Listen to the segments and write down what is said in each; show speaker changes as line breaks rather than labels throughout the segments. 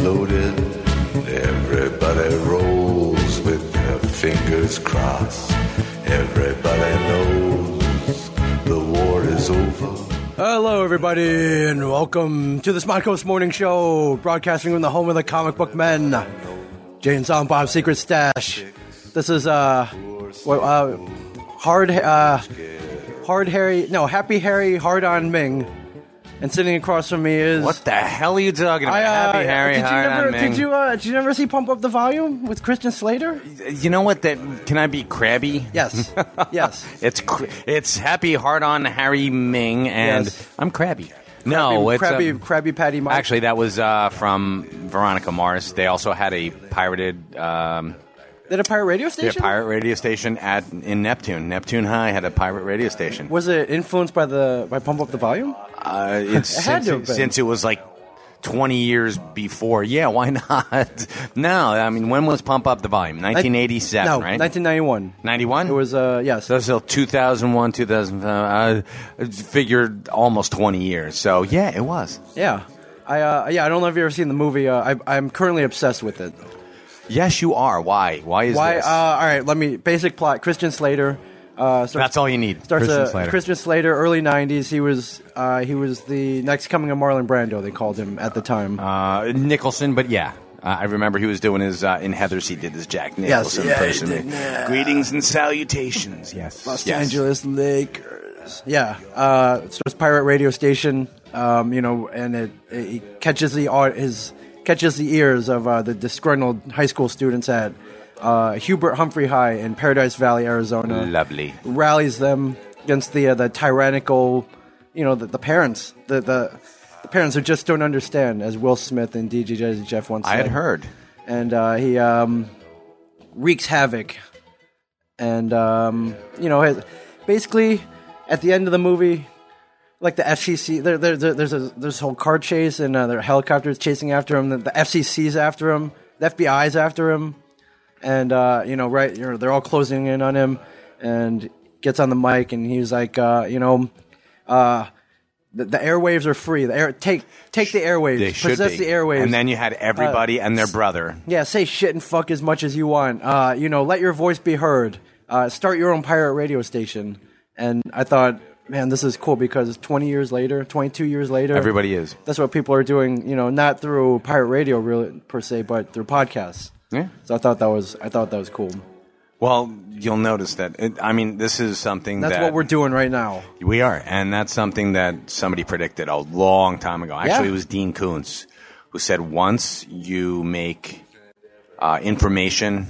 loaded. Everybody rolls with their fingers crossed. Everybody knows the war is over.
Hello, everybody, and welcome to the Smod Coast Morning Show, broadcasting from the home of the comic book men, Jay and Silent Bob's Secret Stash. This is uh, well, uh hard, uh, hard Harry, no, Happy Harry, hard on Ming, and sitting across from me is
What the hell are you talking about?
I, uh,
Happy Harry,
did you
hard
never,
on Ming.
Did you uh, did you never see Pump Up the Volume with Kristen Slater?
You know what? That can I be crabby?
Yes, yes.
It's cr- it's happy hard on Harry Ming, and
Yes.
I'm crabby. No, it's um,
Krabby, Krabby Patty. Mike.
actually that was uh, from Veronica Mars. They also had a pirated um,
they had a pirate radio
they had
station.
a pirate radio station at in Neptune. Neptune High had a pirate radio station.
Was it influenced by the by Pump Up the Volume?
Uh, it's
It had
since,
to have been.
since it was like 20 years before. Yeah, why not? no, I mean, when was Pump Up the Volume? 1987,
no,
right?
1991.
91?
It was uh yes.
So still 2001, 2005. I figured almost 20 years. So yeah, it was.
yeah. I uh, yeah, I don't know if you've ever seen the movie. Uh, I I'm currently obsessed with it.
Yes, you are. Why? Why is
Why
this?
uh all right, let me basic plot. Christian Slater uh starts,
That's all you need.
starts
Christian
a,
Slater.
Christian Slater early 90s. He was uh he was the next coming of Marlon Brando they called him at the time.
uh, Nicholson, but yeah. Uh, I remember he was doing his uh, in Heather's. He did his Jack Nicholson
yeah, he
impersonation. Greetings and salutations. Yes,
Los
yes.
Angeles Lakers. Yeah. Uh, so it's pirate radio station. Um, you know, and it, it catches the au- his catches the ears of uh, the disgruntled high school students at uh, Hubert Humphrey High in Paradise Valley, Arizona.
Lovely.
Rallies them against the uh, the tyrannical, you know, the, the parents, the, the the parents who just don't understand, as Will Smith and DJ Jeff once said
I had heard.
and uh, he um, wreaks havoc. And um, you know, his- basically, at the end of the movie, like the FCC, there, there, there, there's a there's this whole car chase, and uh, there are helicopters chasing after him. The, the FCC's after him, the FBI's after him, and uh, you know, right, you know, they're all closing in on him, and gets on the mic, and he's like, uh, you know. Uh, the, the airwaves are free. The air, take take the airwaves.
They should
possess
be.
the airwaves. Uh,
And then you had everybody and their brother.
Yeah, say shit and fuck as much as you want. Uh, you know, let your voice be heard. Uh, start your own pirate radio station. And I thought, man, this is cool because 20 years later, 22 years later,
Everybody is.
That's what people are doing. You know, not through pirate radio really, per se, but through podcasts.
Yeah.
So I thought that was I thought that was cool.
Well, you'll notice that. It, I mean, this is something
That's
that
what we're doing right now.
We are, and that's something that somebody predicted a long time ago. Actually,
Yeah.
it was Dean Koontz who said once you make uh, information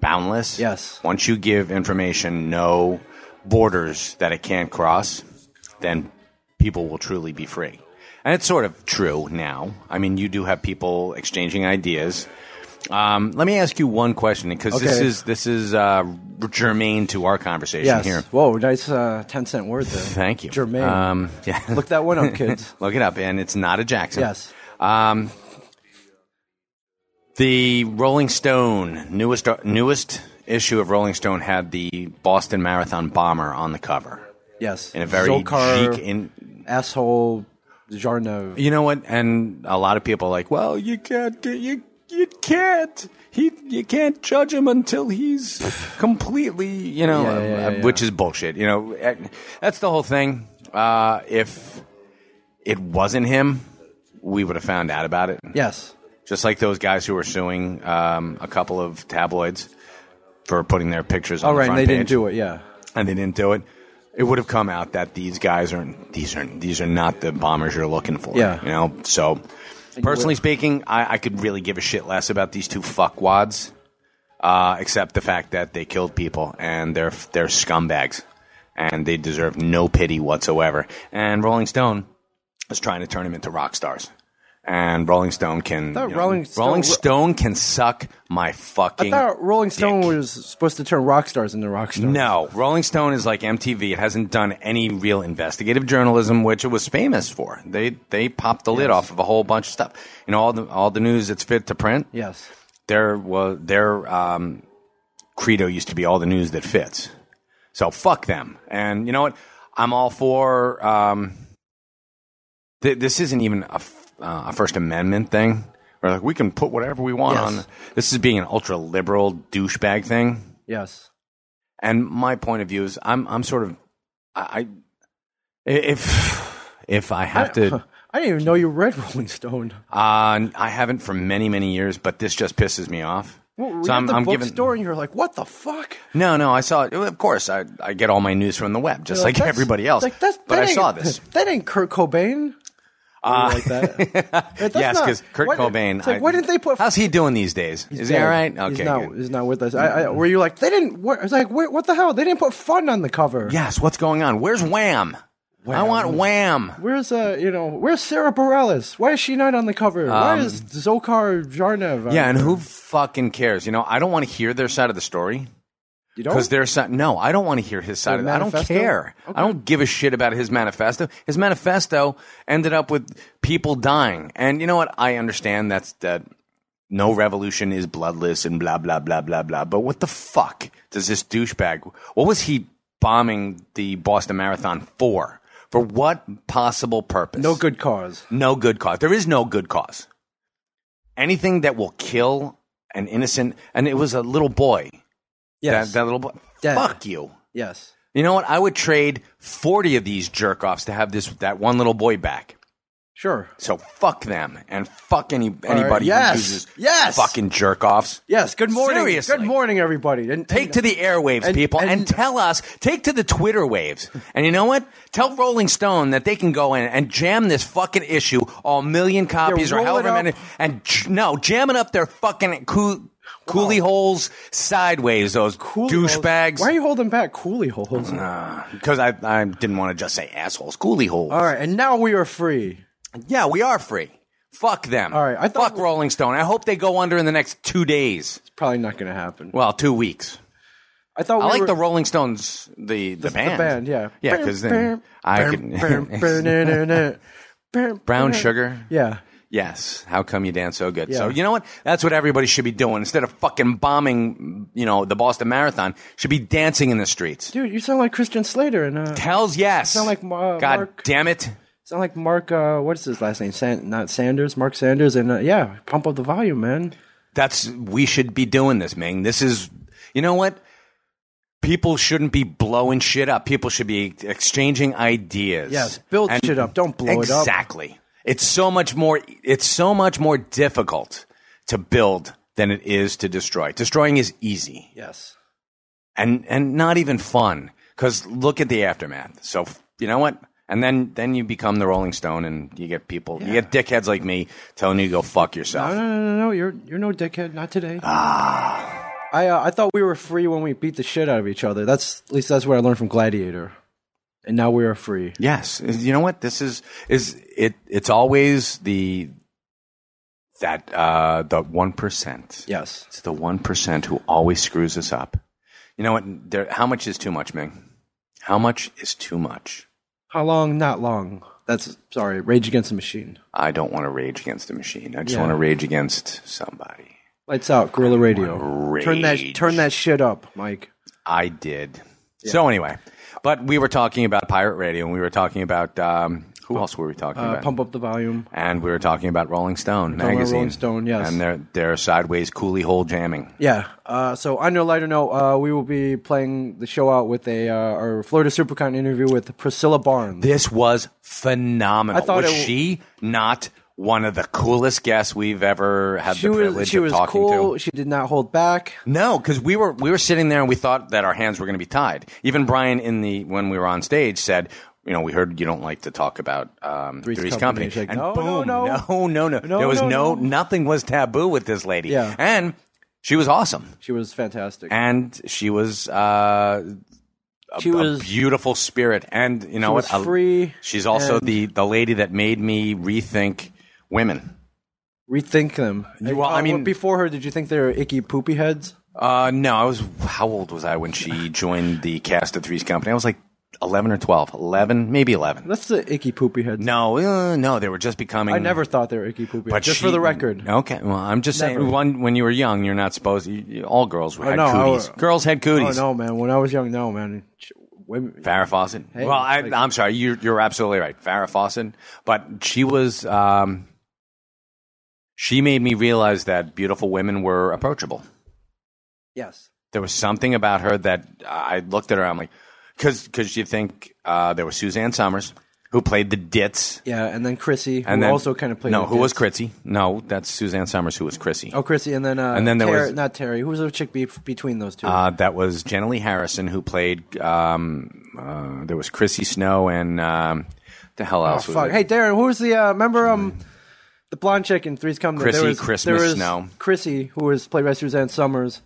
boundless,
Yes.
once you give information no borders that it can't cross, then people will truly be free. And it's sort of true now. I mean, you do have people exchanging ideas. Um, let me ask you one question because this
Okay.
is this is uh, germane to our conversation
Yes.
here.
Whoa, nice uh, 10 cent word there.
Thank you.
Germaine.
Um, yeah.
Look that one up, kids.
Look it up, and it's not a Jackson.
Yes.
Um, the Rolling Stone newest newest issue of Rolling Stone had the Boston Marathon bomber on the cover
Yes.
in a very
Zolkar,
chic. In
asshole Jarno.
you know what? And a lot of people are like, well, you can't do you. You can't. He. You can't judge him until he's completely. You know,
Yeah, yeah,
uh,
yeah,
which
yeah.
is bullshit. You know, uh, that's the whole thing. Uh, if it wasn't him, we would have found out about it.
Yes.
just like those guys who were suing um, a couple of tabloids for putting their pictures on
All
the
Oh, right, and
front
they didn't
page,
do it. Yeah.
and they didn't do it. It would have come out that these guys aren't these aren't these are not the bombers you're looking for.
Yeah.
you know. So, personally speaking, I, I could really give a shit less about these two fuckwads, uh, except the fact that they killed people and they're they're scumbags, and they deserve no pity whatsoever. And Rolling Stone is trying to turn them into rock stars. And Rolling Stone can
thought
you know,
Rolling Stone-
Rolling Stone can suck my fucking.
I thought Rolling Stone
dick.
was supposed to turn rock stars into rock stars.
No, Rolling Stone is like MTV. It hasn't done any real investigative journalism, which it was famous for. They they popped the lid off of a whole bunch of stuff. You know, all the all the news that's fit to print.
Yes.
Their was their um, credo used to be all the news that fits. So fuck them. And you know what? I'm all for. Um, th- this isn't even a, f- uh, a First Amendment thing. They're like, we can put whatever we want
Yes.
on. This is being an ultra liberal douchebag thing.
Yes.
And my point of view is, I'm I'm sort of, I, I if if I have to,
I didn't even know you read Rolling Stone.
uh, I haven't for many many years, but this just pisses me off.
Well, we
so
got
I'm,
the
I'm giving
bookstore, and you're like, "What the fuck?"
no, no. I saw it. Of course, I, I get all my news from the web, just like
That's-
everybody else.
like, that's-
but
that
I
ain't-
saw this.
That ain't Kurt Cobain.
Uh,
like that. Like, that's
yes,
not-
because Kurt
why-
Cobain.
It's like,
I-
why didn't they put?
How's he doing these days? Is he all right?
he's
Okay.
not,
good.
he's not with us. I, I, were you like they didn't? What, I was like, wait, what the hell? They didn't put fun on the cover.
Yes. What's going on? Where's Wham? I
Wham.
want Wham.
Where's uh, you know, where's Sarah Bareilles? Why is she not on the cover? why is Zokar Jarnev? uh, on-
Um, Yeah, and who fucking cares? You know, I don't want to hear their side of the story
you
because
don't?
their side. No, I don't want to hear his side.
Their
Of, the- I don't
manifesto?
care. I don't give a shit about his manifesto. His manifesto ended up with people dying, and you know what? I understand that's that. No revolution is bloodless and blah blah blah blah blah. But what the fuck does this douchebag? What was he bombing the Boston Marathon for? For what possible purpose?
No good cause.
no good cause. There is no good cause. Anything that will kill an innocent, and it was a little boy.
Yes.
That, that little boy.
Dead.
Fuck you.
yes.
You know what? I would trade forty of these jerk offs to have this that one little boy back.
Sure.
So fuck them and fuck any anybody
yes.
who uses
Yes.
fucking jerk offs.
Yes. Good morning.
Seriously.
Good morning, everybody. And,
Take
and-
to the airwaves,
and-
people, and,
and-
tell us. Take to the Twitter waves, and you know what? Tell Rolling Stone that they can go in and jam this fucking issue, all million copies or
roll it
however
up.
many, and j- no, jamming up their fucking coo- coolie holes sideways. Those
Coolie holes. Why are
douchebags. Uh,
you holding back coolie holes?
Because I, I didn't want to just say assholes, coolie holes.
All right, and now we are free.
Yeah, we are free. Fuck them.
All right, I thought-
fuck Rolling Stone. I hope they go under in the next two days.
It's probably not going to happen.
Well, two weeks.
I thought we
I like
were,
the Rolling Stones, the the, band.
the band, yeah,
yeah, because then I could.
could
Brown sugar.
Yeah,
Yes. How come you dance so good? So
Yeah.
you know what? That's what everybody should be doing instead of fucking bombing. You know, the Boston Marathon should be dancing in the streets.
dude, you sound like Christian Slater and uh,
Hell's yes.
Sound like Ma-
God
Mark-
damn it.
sound like Mark. Uh, what is his last name? San- not Sanders, Mark Sanders, and uh, yeah, pump up the volume, man.
That's we should be doing this, Ming. This is you know what? People shouldn't be blowing shit up. People should be exchanging ideas.
Yes, build shit up. Don't blow it up.
Exactly. It's so much more it's so much more difficult to build than it is to destroy. Destroying is easy
Yes,
and and not even fun cuz look at the aftermath. So, f- you know what? And then then you become the Rolling Stone and you get people you get dickheads like me telling you to go fuck yourself. Ah.
no, no, no, no, no, you're you're no dickhead, not today. I uh, I thought we were free when we beat the shit out of each other. That's at least that's what I learned from Gladiator, and now we are free.
Yes, you know what this is is it it's always the that uh the 1%.
Yes,
It's the 1% who always screws us up. You know what there how much is too much, Ming? How much is too much?
how long? Not long. That's sorry. Rage Against the Machine.
I don't want to rage against the machine. I just
Yeah.
want to rage against somebody.
Lights out, Gorilla Radio.
wanna
Turn that
rage.
turn that shit up, Mike.
I did. So anyway, but we were talking about pirate radio and we were talking about um who else were we talking
Uh,
about?
pump up the volume.
and we were talking about Rolling Stone
about
magazine.
Rolling Stone, yes.
And their their sideways coolie hole jamming.
Yeah. Uh, so on your lighter note, uh, we will be playing the show out with a uh, our Florida Supercon interview with Priscilla Barnes.
This was phenomenal.
I thought
was
it w-
she not one of the coolest guests we've ever had
she
the privilege
was she
of
was
talking
cool.
to?
She did not hold back.
No, because we were we were sitting there and we thought that our hands were going to be tied. Even Brian in the when we were on stage said. You know, we heard you don't like to talk about um, Three's, Company,
Company. She's like,
and
"No, no,
boom,
no.
no, no,
No,
There was
no, no.
no, nothing was taboo with this lady,
Yeah.
and she was awesome,
She was fantastic.
and she was uh,
she
a
was
beautiful spirit, and you
She
know what?
was
I-
free
She's also
and-
the the lady that made me rethink women.
rethink them.
You- well, I
Uh,
mean-
before her, did you think they were icky poopy heads?
Uh, no, I was how old was I when she joined the cast of Three's Company? I was like eleven or 12. 11, maybe eleven.
That's the icky poopy heads.
No, uh, no, they were just becoming.
I never thought they were icky poopy.
But
heads. Just
she-
for the record,
okay. Well, I'm just
Never.
saying, one when you were young, you're not supposed. You, you- all girls had
no, I
cooties.
was-
girls had
oh
cooties.
no, man. When I was young, no, man. Ch- Women,
Farrah Fawcett. well, I,
like-
I'm sorry, you're, you're absolutely right, Farrah Fawcett. But she was, um, She made me realize that beautiful women were approachable.
Yes.
There was something about her that I looked at her. I'm like, because you think uh, there was Suzanne Summers who played the Dits,
Yeah, and then Chrissy, who
and then-
also kind of played.
No,
the
who was
kids.
Chrissy? No, that's Suzanne Summers who was Chrissy.
Oh, Chrissy, and then uh,
And then there
Terry-
was-
not Terry. Who was the chick be- between those two?
Uh, that was Jenna Lee Harrison who played. Um, uh, there was Chrissy Snow and um, the hell
oh,
else? was
fuck.
it?
Hey, Darren, who was the? Uh, remember um, the blonde chick in Three's Company?
Chrissy
there was,
Christmas
there was
Snow.
Chrissy, who was played by Suzanne Summers.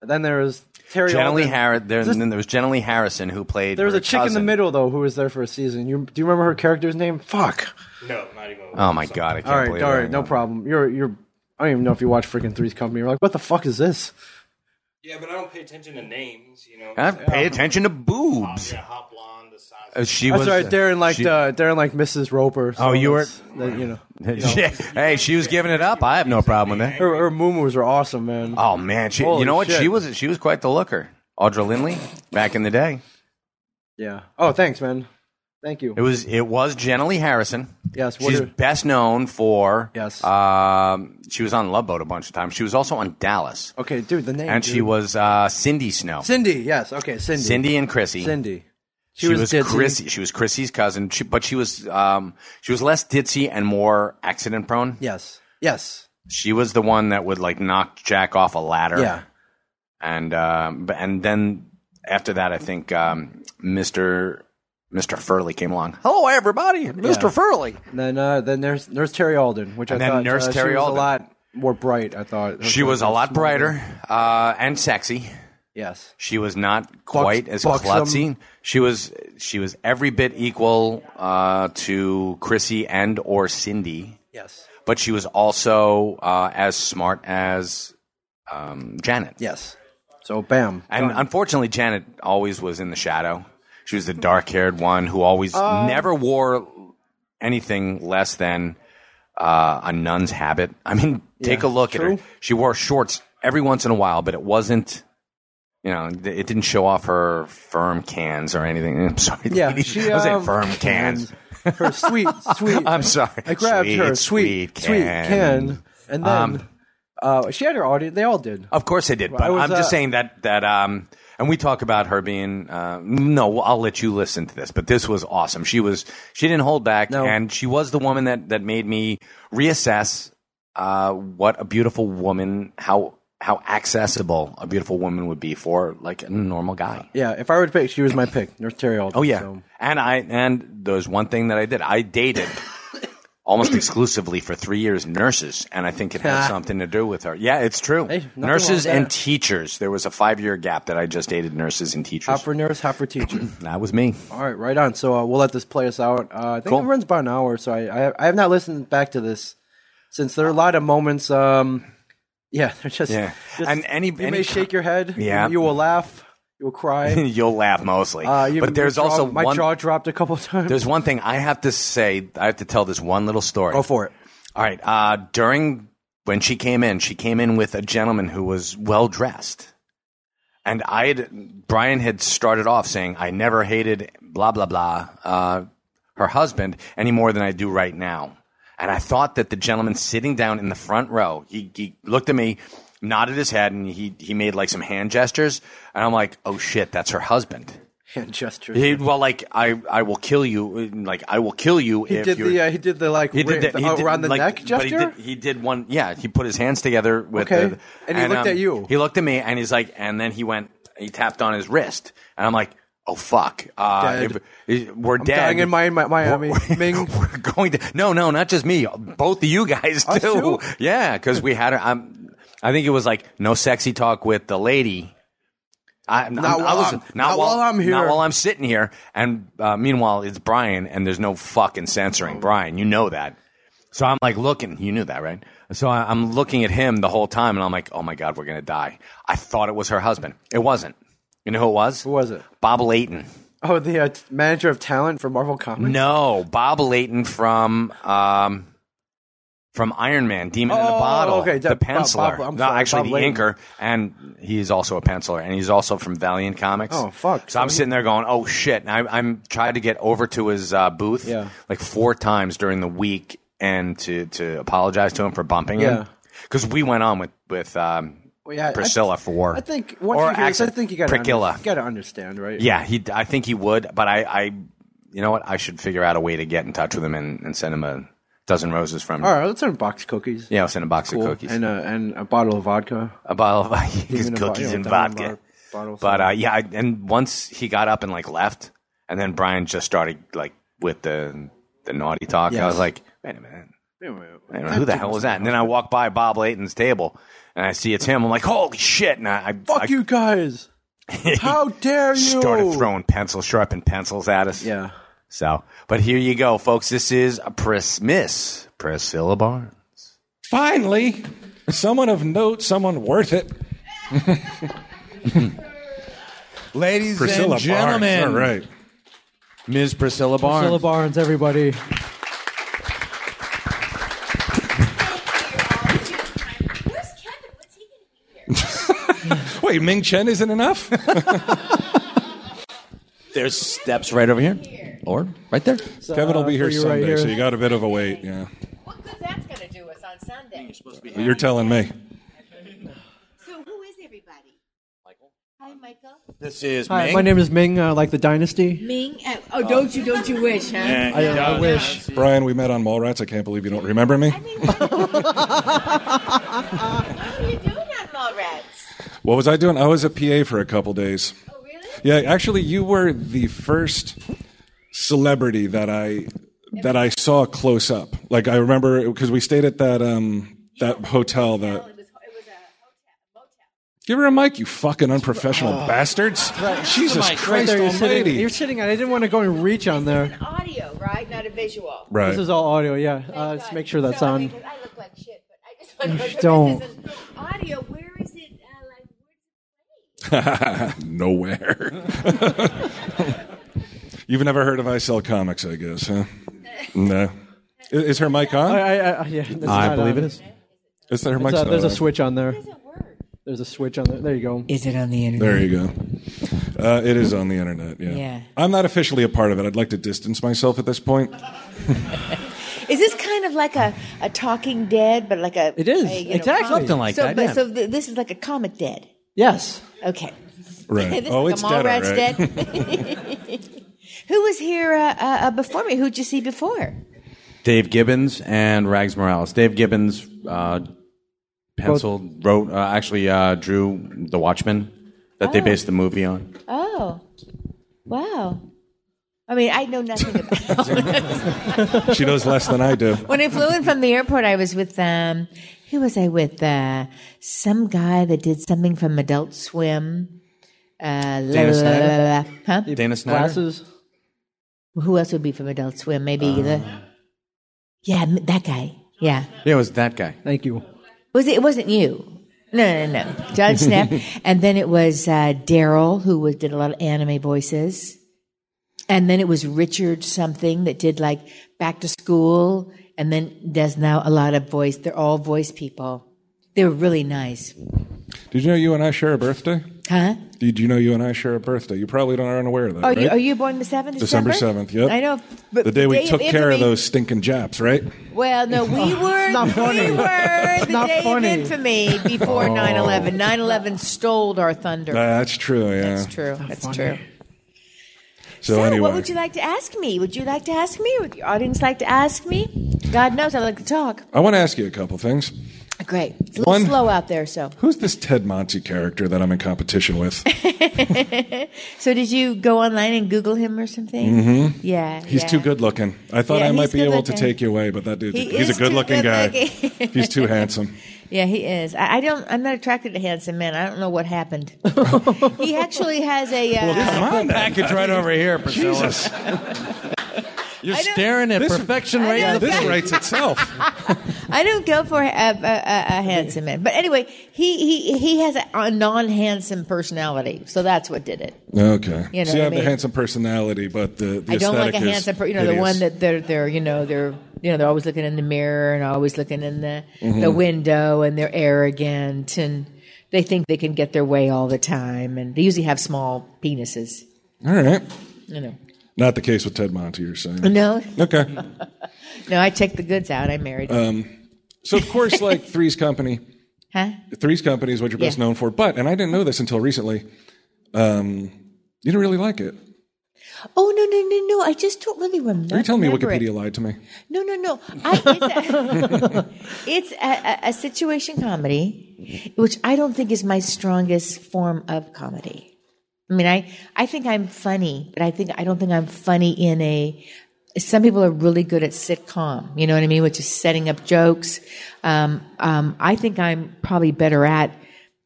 And then there was Terry.
Jenna Lee
Alden.
Har- there,
This-
and then there was Jenna Lee Harrison who played.
There was
her
a chick in
cousin.
the middle though who was there for a season. You do you remember her character's name? Fuck.
No, not even.
Oh my god! I can't
All right,
believe
all
it.
right, no problem. You're you're. I don't even know if you watch freaking Three's Company. You're like, what the fuck is this?
Yeah, but I don't pay attention to names. You know.
Uh, Pay attention to boobs.
yeah, hot blonde, the size.
Uh, She
That's
was
right. Darren liked
she-
uh, Darren liked Mrs. Roper. so
Oh, you were-
that's- that, you know.
Yeah. Hey, she was giving it up. I have no problem with that.
Her, her moomoos are awesome, man.
Oh man, she,
Holy
you know what?
shit.
She was she was quite the looker. Audra Lindley back in the day.
yeah. Oh, thanks, man. Thank you.
It was it was Jenna Lee Harrison.
yes. What
She's
are-
best known for
Yes.
Um, she was on Love Boat a bunch of times. She was also on Dallas,
okay, dude. The name.
and she
dude.
was uh, Cindy Snow.
Cindy. Yes. Okay, Cindy.
Cindy and Chrissy.
Cindy. She,
She, was,
ditzy.
Chrissy. She was Chrissy's cousin, she, but she was um, she was less ditzy and more accident prone.
Yes. Yes.
She was the one that would like knock Jack off a ladder.
Yeah.
and um, but, and then after that, I think um, Mister Mister Furley came along.
Oh.
Hello, everybody, Mister Furley.
And then uh, then there's Nurse Terry Alden, which
And
I
then
thought
Nurse
uh, she
Terry
was
Alden.
a lot more bright. I thought Her
She was a
character
lot
smaller.
brighter uh, and sexy.
Yes.
She was not quite as
buxom.
klutzy. She was she was every bit equal uh, to Chrissy and or Cindy,
Yes.
but she was also uh, as smart as um, Janet.
Yes. So bam.
And unfortunately, Janet always was in the shadow. She was the dark haired one who always
Oh.
never wore anything less than uh, a nun's habit. I mean, take a look
true.
at her. She wore shorts every once in a while, but it wasn't. You know, th- it didn't show off her firm cans or anything. I'm sorry,
Yeah,
ladies.
she,
I was
um,
saying firm cans.
Her sweet, sweet.
I'm sorry.
I grabbed her
Sweet,
sweet, sweet can, and then
Um,
uh, she had her audience. They all did.
Of course I did, but
I was,
I'm just
uh,
saying that that um, and we talk about her being uh, no. I'll let you listen to this, but this was awesome. She was she didn't hold back,
No.
and she was the woman that that made me reassess uh, what a beautiful woman how how accessible a beautiful woman would be for like a normal guy.
Yeah, if I were to pick, she was my pick. Nurse Terry Alden.
Oh yeah,
so-
and I and there's one thing that I did. I dated. Almost exclusively for three years, nurses, and I think it had something to do with her. Yeah, it's true.
Ah. Hey, nothing
nurses
wrong with
and
that.
teachers. There was a five-year gap that I just dated nurses and teachers.
Hot for nurse, hot for teacher.
that was me.
All right, right on. So uh, we'll let this play us out. Uh, I think
Cool.
it runs about an hour, so I, I, I have not listened back to this since there are a lot of moments. Um, yeah, they're just,
Yeah.
just-
And any-
you
any
may
co-
shake your head.
Yeah.
you, you will laugh. You will cry.
You'll laugh mostly,
Uh, you,
but there's
your jaw-
also
my
one.
jaw dropped a couple times.
There's one thing I have to say. I have to tell this one little story.
Go for it.
All right. Uh, during when she came in, she came in with a gentleman who was well dressed. And I had, Brian had started off saying, I never hated blah, blah, blah, uh, her husband any more than I do right now. And I thought that the gentleman sitting down in the front row, he, he looked at me, nodded his head, and he, he made like some hand gestures. And I'm like, oh shit, that's her husband.
Hand gestures.
He, well, like, I, I will kill you. Like, I will kill you
He
if
did
you're.
the uh, he did the like
He did
ra-
that.
the-
He did,
oh, around the
like,
neck
but
gesture.
he did, he did one. Yeah, he put his hands together with.
Okay.
The, um,
And he looked at you.
He looked at me, and he's like, and then he went. He tapped on his wrist, and I'm like, oh fuck, uh,
Dead.
if- if- we're dead.
dying in Mi- Mi- Miami.
We're,
Ming.
we're going to no, no, not just me. Both of you guys
Us
too.
too?
Yeah, because we had. A, I'm, I think it was like no sexy talk with the lady. I, not I,
while
was,
I'm-
not,
not
while,
while I'm
Not
here.
while I'm sitting here. And uh, meanwhile, it's Brian, and there's no fucking censoring Brian. You know that. So I'm like looking. You knew that, right? So I, I'm looking at him the whole time, and I'm like, oh my god, we're gonna die. I thought it was her husband. It wasn't. You know who it was?
Who was it?
Bob Layton.
Oh, the uh, t- manager of talent for Marvel Comics.
No, Bob Layton from um, from Iron Man, Demon in a
Oh,
Bottle,
okay,
the
Bob- Bob-
penciler.
I'm
no,
sorry,
actually
Bob
the
Layton.
inker, and he's also a penciler, and he's also from Valiant Comics.
Oh, fuck.
So I'm sitting there going, "Oh shit!" And I, I'm trying to get over to his uh, booth
Yeah.
like four times during the week and to to apologize to him for bumping
Yeah.
him because we went on with with um,
Well, yeah, I-
Priscilla for
I think once you hear this, I
actually,
think you got
Priscilla.
You got to understand, right?
Yeah, he. I think he would, but I, I, you know what? I should figure out a way to get in touch with him and, and send him a dozen roses from.
All right, let's unbox cookies.
Yeah, I'll send a box
Cool.
of cookies,
and a and a bottle of vodka.
a bottle of
Give
cookies,
me the bo-
cookies
you
and
know,
vodka.
down bar- bottle
But uh,
something.
yeah, I, and once he got up and like left, and then Brian just started like with the the naughty talk. I
Yes.
was like, wait a minute,
Anyway,
wait a minute who the hell was that? And then I walk by Bob Layton's table, and I see it's him. I'm like, holy shit! And I, I
Fuck
I
you guys! How dare you?
started throwing pencils, sharpened pencils at us.
Yeah.
So, but here you go, folks. This is a Pris Miss Priscilla Barnes.
Finally, someone of note, someone worth it.
Ladies
Priscilla
and gentlemen,
Barnes. All right.
Ms. Priscilla Barnes.
Priscilla Barnes, everybody.
Where's Kevin? What's he gonna be here?
Wait, Ming Chen isn't enough?
There's steps Uh, right over here, or right there.
Kevin will be
Uh,
here
for you
Sunday,
right here.
so you got a bit of a wait. Yeah,
What good that's gonna do us on Sunday?
you're telling me.
So who is everybody? Michael. Hi, Michael.
This is
Hi,
Ming.
my name is Ming, uh, like the dynasty.
Ming. uh, Oh, don't you, don't you wish, huh?
And-
I, I wish.
Brian, we met on Mallrats. I can't believe you don't remember me.
I mean, what are you- what are you doing on Mallrats?
What was I doing? I was a PA for a couple days.
Oh, really?
Yeah, actually, you were the first celebrity that I that I saw close up. Like I remember because we stayed at that um that hotel.
Well,
That
it was, it was a hotel, motel.
give her a mic, you fucking unprofessional bastards! Jesus
mic, right
Christ
There, you're, sitting,
Almighty!
you're sitting on. I didn't want to go and reach on there.
An audio, right? Not a visual.
Right.
This is all audio. Yeah, uh, just make sure that's
so, I
on.
mean, 'cause I look like shit, but I just want to
don't.
This is audio. Where is it? Uh, like, where's
Nowhere. You've never heard of I Sell Comics, I guess, huh? No. I- Is her mic
I,
on?
I, I, yeah, this is
I
not
believe
on.
it is.
Is there her
It's,
mic's
uh,
not
there's a
on?
switch on there.
it? Does it work?
There's a switch on there. There you go.
Is it on the internet?
There you go. Uh, it is on the internet, yeah.
Yeah.
I'm not officially a part of it. I'd like to distance myself at this point.
Is this kind of like a, a Talking Dead, but like a
It is,
a, you comic?
exactly.
Something like
so,
that,
But,
yeah.
So th- this is like a comic Dead.
Yes.
Okay.
Right.
This is
oh,
like
it's
a mall
dead, all
rat's
right.
dead. Who was here uh, uh, uh, before me? Who'd you see before?
Dave Gibbons and Rags Morales. Dave Gibbons uh, penciled, wrote, uh, actually uh, drew The Watchmen that they
Oh.
based the movie on.
Oh, wow. I mean, I know nothing about.
She knows less than I do.
when I flew in from the airport, I was with um, who was I with? Uh, some guy that did something from Adult Swim. Uh, la, la, la, la, la, la. Huh?
Dana Snyder.
Glasses.
Who else would be from Adult Swim? Maybe the yeah, m- that guy. Yeah,
Yeah, it was that guy.
Thank you.
was it? It wasn't you. No, no, no. John Snap, and then it was uh, Daryl who was, did a lot of anime voices, and then it was Richard something that did like Back to School, and then does now a lot of voice. They're all voice people. They were really nice,
Did you know you and I share a birthday?
huh?
Did you know you and I share a birthday? You probably don't aren't aware of that,
Are
right?
Oh, you, are you born the seventh?
December
December?
7th, yep.
I know. But
the day we
of
took care of
infamy-
those stinking Japs, right?
Well, no, we were
not funny.
we were the
not
day
funny. Oh.
of infamy before 9/11. 9/11 stole our thunder.
That's true, yeah.
That's true. That's true.
So,
So,
anyway.
what would you like to ask me? Would you like to ask me? Would your audience like to ask me? God knows I like to talk.
I want to ask you a couple things.
Great. It's a little
One-
slow out there, so.
Who's this Ted Monty character that I'm in competition with?
So did you go online and Google him or something? Mm-hmm. Yeah.
He's
yeah.
too good looking. I thought
Yeah,
I might
he's
be able to
good-looking.
take you away, but that dude,
He
he's a
is too
good looking guy.
good-looking.
he's too handsome.
Yeah, he is. I, I don't. I'm not attracted to handsome men. I don't know what happened. he actually has a. Uh,
on,
Package right over here, Priscilla.
Jesus.
You're
I don't-
staring at
This-
perfection
I
right
don't
in the
This
face.
writes itself.
I don't go for a, a, a, a handsome man, but anyway, he he he has a, a non-handsome personality, so that's what did it.
Okay.
You know
so you
what I
have the
mean?
handsome personality, but the, the
I don't like
aesthetic
a
is
handsome, per- you know, the
hideous.
one that they're they're you know they're you know they're always looking in the mirror and always looking in the
Mm-hmm.
the window and they're arrogant and they think they can get their way all the time and they usually have small penises,
All right.
you know.
Not the case with Ted Monty, you're saying.
No,
Okay.
no, I checked the goods out. I married
Uh,
him.
So, of course, like Three's Company,
huh?
Three's Company is what you're best
Yeah.
known for. But, and I didn't know this until recently, um, you didn't really like it.
Oh no no no no! I just don't really remember.
Are you telling me
remember it.
Wikipedia lied to me?
No, no, no. I, it's a, it's a, a, a situation comedy, which I don't think is my strongest form of comedy. I mean, I, I think I'm funny, but I think I don't think I'm funny in a. Some people are really good at sitcom. You know what I mean, which is setting up jokes. Um, um, I think I'm probably better at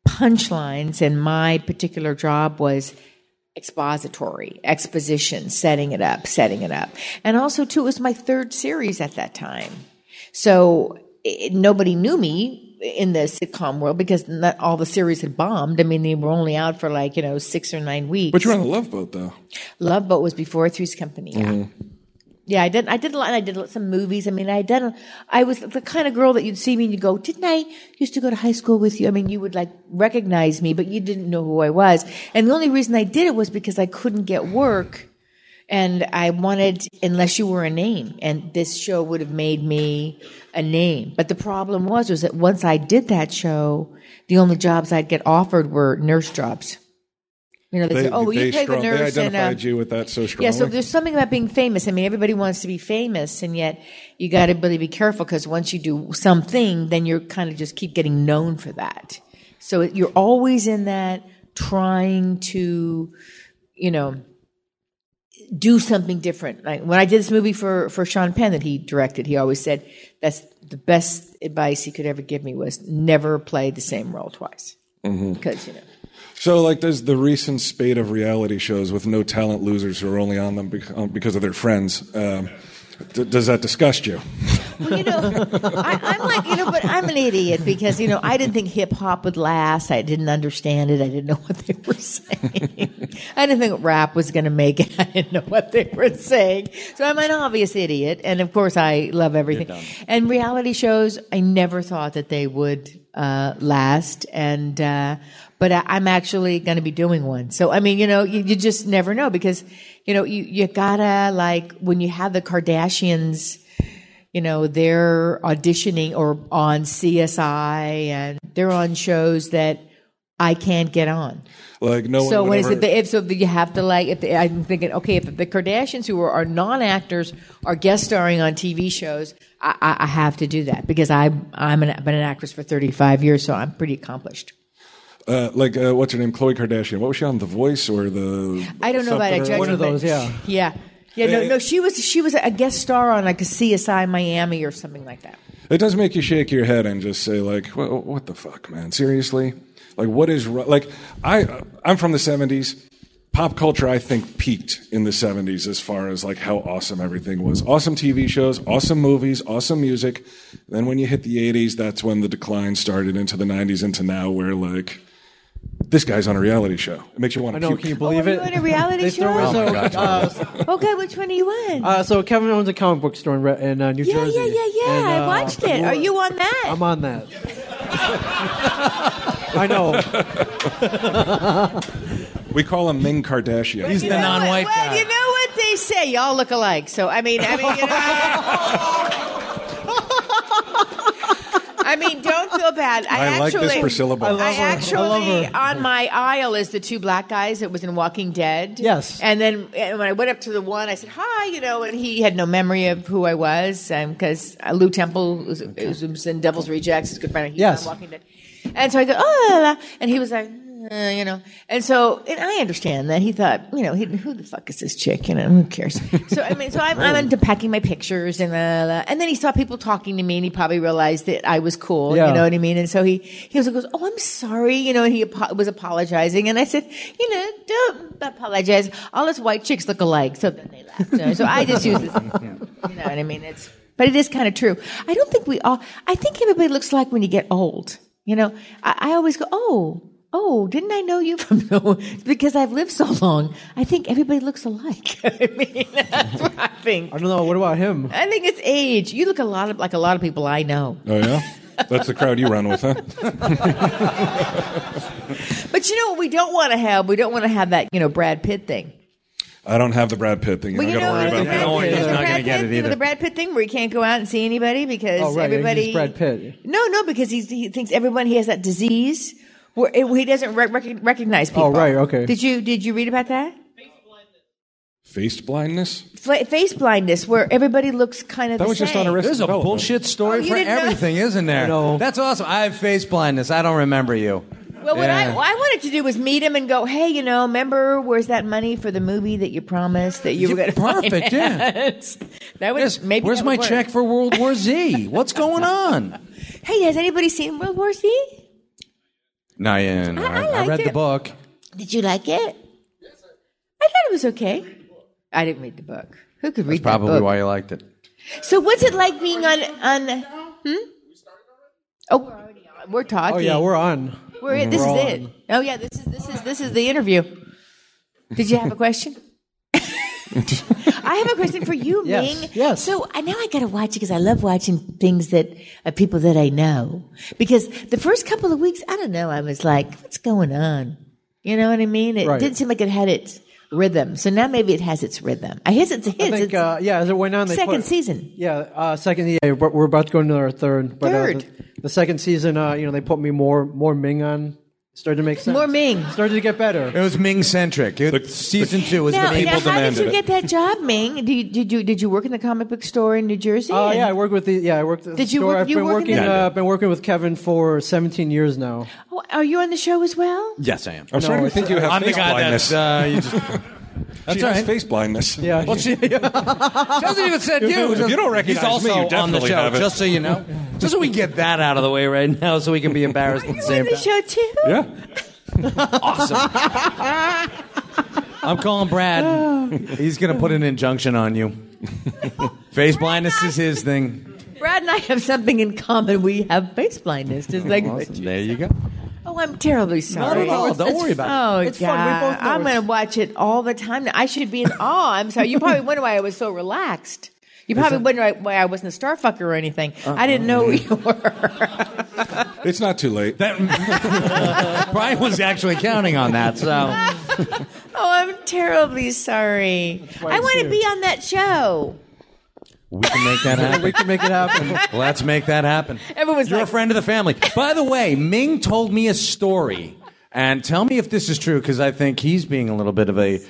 punchlines, and my particular job was expository, exposition, setting it up, setting it up. And also, too, it was my third series at that time. So it, nobody knew me in the sitcom world because not all the series had bombed. I mean, they were only out for like, you know, six or nine weeks.
But you're on the Love Boat, though.
Love Boat was before Three's Company. Yeah. Yeah, I did. I did a lot. I did some movies. I mean, I done. I was the kind of girl that you'd see me and you go, "Didn't I used to go to high school with you?" I mean, you would like recognize me, but you didn't know who I was. And the only reason I did it was because I couldn't get work, and I wanted, unless you were a name, and this show would have made me a name. But the problem was, was that once I did that show, the only jobs I'd get offered were nurse jobs. You know, they, say, "Oh, well, you take
strong-
a nurse."
they
and, uh,
identified you with that so strongly.
yeah, so there's something about being famous. I mean, everybody wants to be famous, and yet you got to really be careful because once you do something, then you're kind of just keep getting known for that. So it- you're always in that trying to, you know, do something different. Like when I did this movie for for Sean Penn that he directed, he always said that's the best advice he could ever give me was never play the same role twice because you know.
So, like, there's the recent spate of reality shows with no talent losers who are only on them bec- uh, because of their friends. Um, d- does that disgust you?
you know, I, I'm like, you know, but I'm an idiot because, you know, I didn't think hip hop would last. I didn't understand it. I didn't know what they were saying. I didn't think rap was going to make it. I didn't know what they were saying. So I'm an obvious idiot. And of course, I love everything. And reality shows, I never thought that they would uh, last. And, uh, but I, I'm actually going to be doing one. So, I mean, you know, you, you just never know because, you know, you, you gotta like when you have the Kardashians, you know they're auditioning or on CSI and they're on shows that I can't get on.
Like, no
So
one.
when
would
is
ever-
it? The, if so, you have to like. If the, I'm thinking, okay, if the Kardashians, who are, are non actors, are guest starring on TV shows, I, I, I have to do that because I I'm an, been an actress for 35 years, so I'm pretty accomplished.
uh, like, uh, what's her name? Khloe Kardashian. What was she on? The Voice or the?
I don't know about
something
a
or-
judge.
One of those, yeah.
Yeah, yeah. No, no. She was she was a guest star on like a CSI Miami or something like that.
It does make you shake your head and just say, like, "Wha- what the fuck, man? Seriously? Like, what is ri- like? I I'm from the '70s. Pop culture, I think, peaked in the '70s as far as like how awesome everything was. Awesome TV shows, awesome movies, awesome music. Then when you hit the '80s, that's when the decline started into the '90s into now, where like this guy's on a reality show. It makes you want
I
to
know.
puke.
Can you believe
Oh,
it?
you want a reality
they Throw
show?
us
Oh
a-
Okay, which one are you on?
uh, so Kevin owns a comic book store in, Re- in uh, New
Yeah,
Jersey.
yeah, yeah, yeah.
And,
I
uh,
watched it. Are you on that?
I'm on that. I know.
We call him Ming Kardashian.
He's the
You know what-
non-white
well,
guy.
you know what they say. Y'all look alike. So I mean, I mean, you know. I mean, don't feel bad. I,
I like
actually,
this Priscilla Ball. I love
I
her. I
actually,
love her.
on my aisle is the two black guys that was in Walking Dead.
Yes.
And then and when I went up to the one, I said, hi, you know, and he had no memory of who I was because uh, Lou Temple was, was in Devil's Rejects, his good friend. He
Yes.
was on Walking Dead. And so I go, oh, la, la, la. and he was like, uh, you know, and so, and I understand that he thought, you know, he, who the fuck is this chick? You know, who cares? So I mean, so I'm, I'm into packing my pictures and la, la, la. and then he saw people talking to me, and he probably realized that I was cool.
Yeah.
You know what I mean? And so he he was like, goes, oh, I'm sorry, you know, and he apo- was apologizing, and I said, you know, don't apologize. All us white chicks look alike. So then they laughed. You know, so I just use this. You know what I mean? It's but it is kind of true. I don't think we all. I think everybody looks like when you get old. You know, I, I always go, oh, oh, didn't I know you from no? Because I've lived so long. I think everybody looks alike. I mean, that's what I think.
I don't know. What about him?
I think it's age. You look a lot of, like a lot of people I know.
Oh yeah, that's the crowd you run with, huh?
But you know what we don't want to have? We don't want to have that, you know, Brad Pitt thing.
I don't have the Brad Pitt thing. You
Well,
don't
you know, uh,
got to worry
No,
about that.
the Brad Pitt-
he's
the
not
Brad
gonna get
Pitt
it
thing-
either.
The Brad Pitt thing where he can't go out and see anybody because
Oh, right, yeah, he's
everybody.
Brad Pitt.
No, no, because he's, he thinks everyone he has that disease where it, he doesn't rec- rec-
Oh,
recognize people.
right, okay.
Did you did you read about that?
Face blindness.
Fla face blindness where everybody looks kind of
That
the
was just
same.
on Arrested
There's a
Development.
bullshit story
Oh, you
for
didn't know?
everything, isn't there?
know.
That's awesome. I have face blindness. I don't remember you.
Well, what I,
Yeah.
what I wanted to do was meet him and go, hey, you know, remember where's that money for the movie that you promised that you, were
You-
going to
perfect, yeah.
finance? That would
Yes,
maybe
where's
that
my
would work.
check for World War Z? What's going on?
Hey, has anybody seen World War Z?
No, yeah, no, no,
I- I
no.
like-
I read the
did.
book.
Did you like it? I thought it was okay. I didn't read the book. Who could read that
Probably
book?
why you liked it.
So what's it like being on on? Hmm? Oh, we're already on. We're talking.
Oh yeah, we're on.
We're in- this
We're
is
on.
it. Oh yeah, this is this is this is the interview. Did you have a question? I have a question for you,
Yes,
Ming.
yes.
So I now I got to watch it because I love watching things that uh, people that I know. Because the first couple of weeks, I don't know, I was like, "What's going on?" You know what I mean? It
Right.
didn't seem like it had its rhythm. So now maybe it has its rhythm. I guess it's a
I
hit.
think uh, yeah, as it went on, they
second
put,
season.
Yeah, uh, second. Yeah, we're we're about to go into our third. But,
Third.
Uh, the, the second season, uh, you know, they put me more more Ming on. Started to make sense.
More Ming.
Started to get better.
It was Ming centric. Season two was
Now,
the
now
people
how did
demanded
you
it.
get that job, Ming? Did you, did you did you work in the comic book store in New Jersey?
Oh
And-
yeah, I work with the yeah. I worked. at the
Did you
store.
work-
I've
you
been
work in
working.
the-
uh, I've been working with Kevin for 17 years now.
Oh, Are you on the show as well?
Yes, I am.
I'm starting to think you have
I'm the
face
guy
blindness.
that's. Uh, you just, that's
she
all
has
right.
face blindness.
Yeah.
She hasn't even said you.
If you don't recognize
He's also
me, you
on the
definitely
show,
have it.
just so you know. Just so we can get that out of the way right now, so we can be embarrassed at the
You're on
same
the
time.
show too.
Yeah.
I'm calling Brad. He's going to put an injunction on you. Face blindness is his thing.
Brad and I have something in common. We have face blindness. Just like
There you go.
oh, I'm terribly sorry.
all. Don't worry about
oh,
it.
Oh,
fun. We
God.
both know
I'm
it's-
going to watch it all the time. I should be in awe. I'm sorry. You probably wonder why I was so relaxed. You probably wonder why- why I wasn't a starfucker or anything. I
Uh-uh.
didn't know who you were.
It's not too late.
Brian was actually counting on that, so.
Oh, I'm terribly sorry. I want to be on that show.
We can make that happen.
we can make it happen.
Let's make that happen.
Everyone's
You're
like-
a friend of the family. By the way, Ming told me a story, and tell me if this is true because I think he's being a little bit of a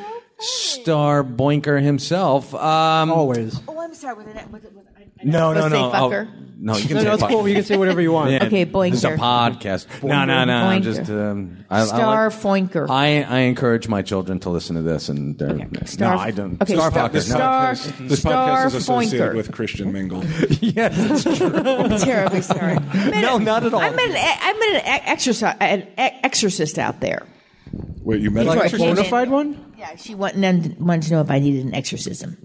star boinker himself. Um,
Always.
Oh, I'm sorry. Was it, was it, was it,
no, no,
Let's
no.
say fucker.
Oh, no, you can
No,
say
no, it's
fucker.
cool. You can say whatever you want.
Yeah,
Okay,
This is a
boinker.
podcast. No, no, no. I'm
Boinker.
just um, I, I
Star
like-
Foinker.
I, I encourage my children to listen to this, and they're,
Star,
no, I don't.
Okay,
star
star,
fucker.
star,
this podcast is
star
associated
Foinker.
with Christian Mingle.
No, yes,
terribly sorry. I'm at
No,
a-
not at all.
I'm at an, e- I'm at an e- exorcist, an e- exorcist out there.
Wait, you met
Before I
an
came
exorcist?
Bona fide one?
Yeah, she wanted, and wanted to know if I needed an exorcism.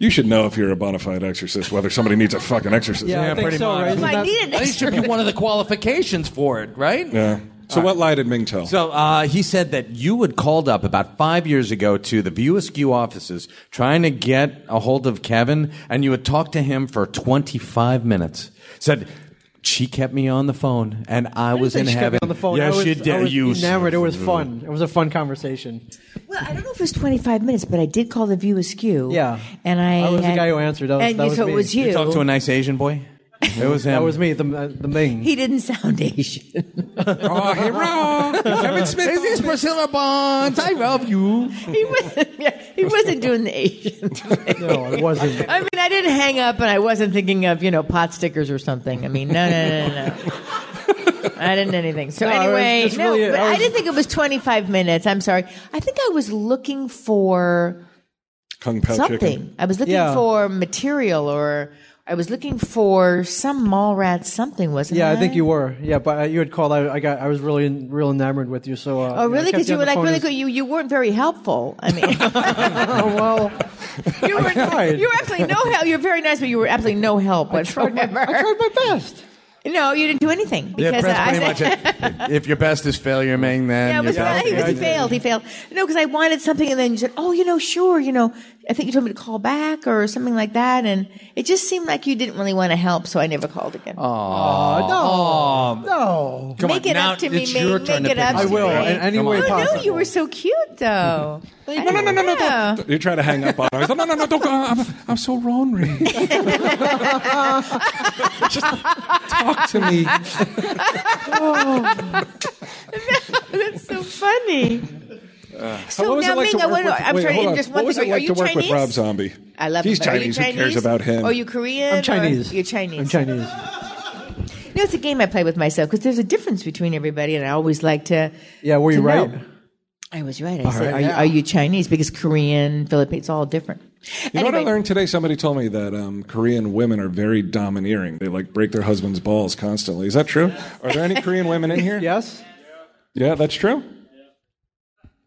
You should know if you're a bona fide exorcist whether somebody needs a fucking exorcism.
I think
pretty
so,
much.
right? Isn't
If I
that-
needed an
That should be
exorcism.
one of the qualifications for it, right?
Yeah. So what lie did Ming tell?
So uh, he said that you had called up about five years ago to the View Askew offices trying to get a hold of Kevin, and you had talked to him for 25 minutes. Said, she kept me on the phone, and I, was in
She kept me
heaven.
on the phone.
Yes,
I was,
you
I
did.
was
You-
enamored. It was fun. It was a fun conversation.
Well, I don't know if it was 25 minutes, but I did call the view askew.
Yeah.
and I
I was the
had-
guy who answered. That was-
and
that
you-
was
so
me.
it was you.
You talked to a nice Asian boy? It was him.
That was me, the, uh, the Ming.
he didn't sound Asian.
oh, hey, Rob. Kevin Smith.
This is Priscilla Bonds. I love you.
he wasn't. Yeah, he wasn't doing the Asian. thing.
no, it wasn't.
I mean, I didn't hang up, and I wasn't thinking of you know pot stickers or something. I mean, no, no, no, no. no. I didn't anything. So
No, I was
anyway,
just
no,
really-
but
I
I
was-
didn't think it was 25 minutes. I'm sorry. I think I was looking for
Kung Pao
something.
chicken.
I was looking
Oh, Yeah.
for material, or I was looking for some mall rat something, wasn't
Yeah,
I?
I think you were. Yeah, but uh, you had called. I, I got. I was really, in, real enamored with you. So. Uh,
Oh, really?
Because
Because you were like really good. You you weren't very helpful. I mean,
well,
you were
tried.
you were absolutely no help. You're very nice, but you were absolutely no help
I tried, my,
whatsoever.
I tried my best.
No, you didn't do anything. Because
that's
I
pretty
said-
much it. If your best is failure, man, then
Yeah, it
your
was
best
fine. He,
is-
was, he failed. He failed. No, because I wanted something, and then you said, "Oh, you know, sure, you know." I think you told me to call back or something like that, and it just seemed like you didn't really want to help, so I never called again.
Uh,
No.
Come
Make
on,
it
Oh, now
up to me.
it's
Make,
your
make
turn to
it
pick
up.
me.
to
I will,
me.
in any way
oh, No,
possible.
you were so cute, though. no, no, no, no, no.
You try to hang up on him. He's like, no, no, no, don't go. I'm, I'm so lonely. Just talk to me.
That's so funny. so
what was
now,
it like
Ming,
to work with-
I want to. I'm
wait,
sorry,
hold on.
just one
What was
thing.
it
Are
like
you
to work
Chinese?
with Rob Zombie?
I love
He's
him. Are you
Chinese. Who cares about him?
Are you Korean?
I'm
or-
Chinese.
You're Chinese.
I'm Chinese.
You know, it's a game I play with myself because there's a difference between everybody, and I always like to.
Yeah, were you
to
right?
know. I was right. I said, are, you, are you Chinese? Because Korean, Philippines, it's all different.
You know what I learned today? Somebody told me that um, Korean women are very domineering. They like break their husband's balls constantly. Is that true? Are there any Korean women in here?
Yes.
Yeah, that's true.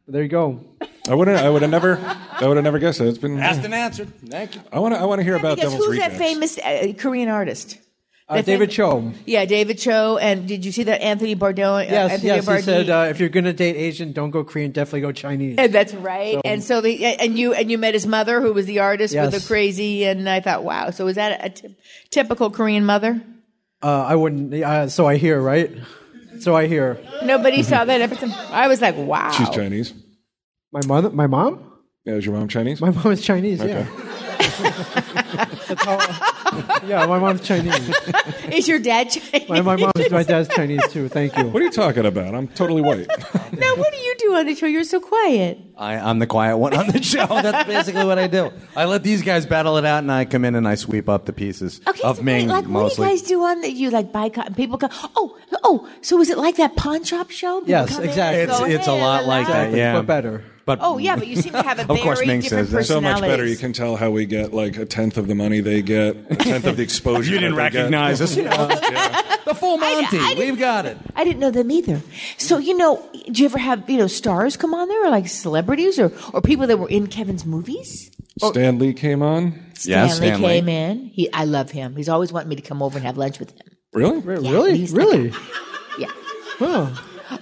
There you go.
I wouldn't. I would have never. I would have never guessed that. It's been.
Asked and answered. Thank you.
I want to. I want to hear about
because
Devil's
who's
Rejects.
that famous uh, Korean artist?
Uh, David Cho.
Yeah, David Cho. And did you see that Anthony Bardot? uh,
Yes,
Anthony
yes. He
Bardot.
said uh, if you're gonna date Asian, don't go Korean. Definitely go Chinese.
And that's right. and so the and you and you met his mother, who was the artist with
Yes.
the crazy. And I thought, wow. So is that a ty- typical Korean mother?
Uh, I wouldn't. Uh, so I hear, right? So I hear.
Nobody saw that episode. I was like, wow.
She's Chinese.
My mother, my mom,
Yeah, is your mom Chinese?
my mom is Chinese.
Okay.
Yeah, yeah. My mom's Chinese.
Is your dad Chinese?
My, my mom is my dad's Chinese too. Thank you.
What are you talking about? I'm totally white.
now, what do you do on the show? You're so quiet.
I, I'm the quiet one on the show. That's basically what I do. I let these guys battle it out, and I come in and I sweep up the pieces
Okay,
of
so
Ming
wait, like
mostly.
what do you guys do on that? You like buy cotton? People go, oh, oh. So is it like that pawn shop show? People
Yes,
come in and
exactly.
go,
It's- it's a
"Hey,
lot
la,
like
la."
that, yeah.
But better.
but
Oh yeah, but you seem to have a
Of course
very
Ming
different
says that.
so much better. You
personalities.
can tell how we get like a tenth of the money they get, a tenth of the exposure.
You didn't
that they get.
recognize us. You know.
the full Monty,
I didn't-
we've got it.
Oh, I didn't know them either. So you know, do you ever have you know stars come on there, or like celebrities, or or people that were in Kevin's movies?
Stan Lee came on.
Yes,
Stanley
Stanley.
came in. He, I love him. He's always wanting me to come over and have lunch with him.
Really?
really,
he's like-
really.
Yeah.
Wow.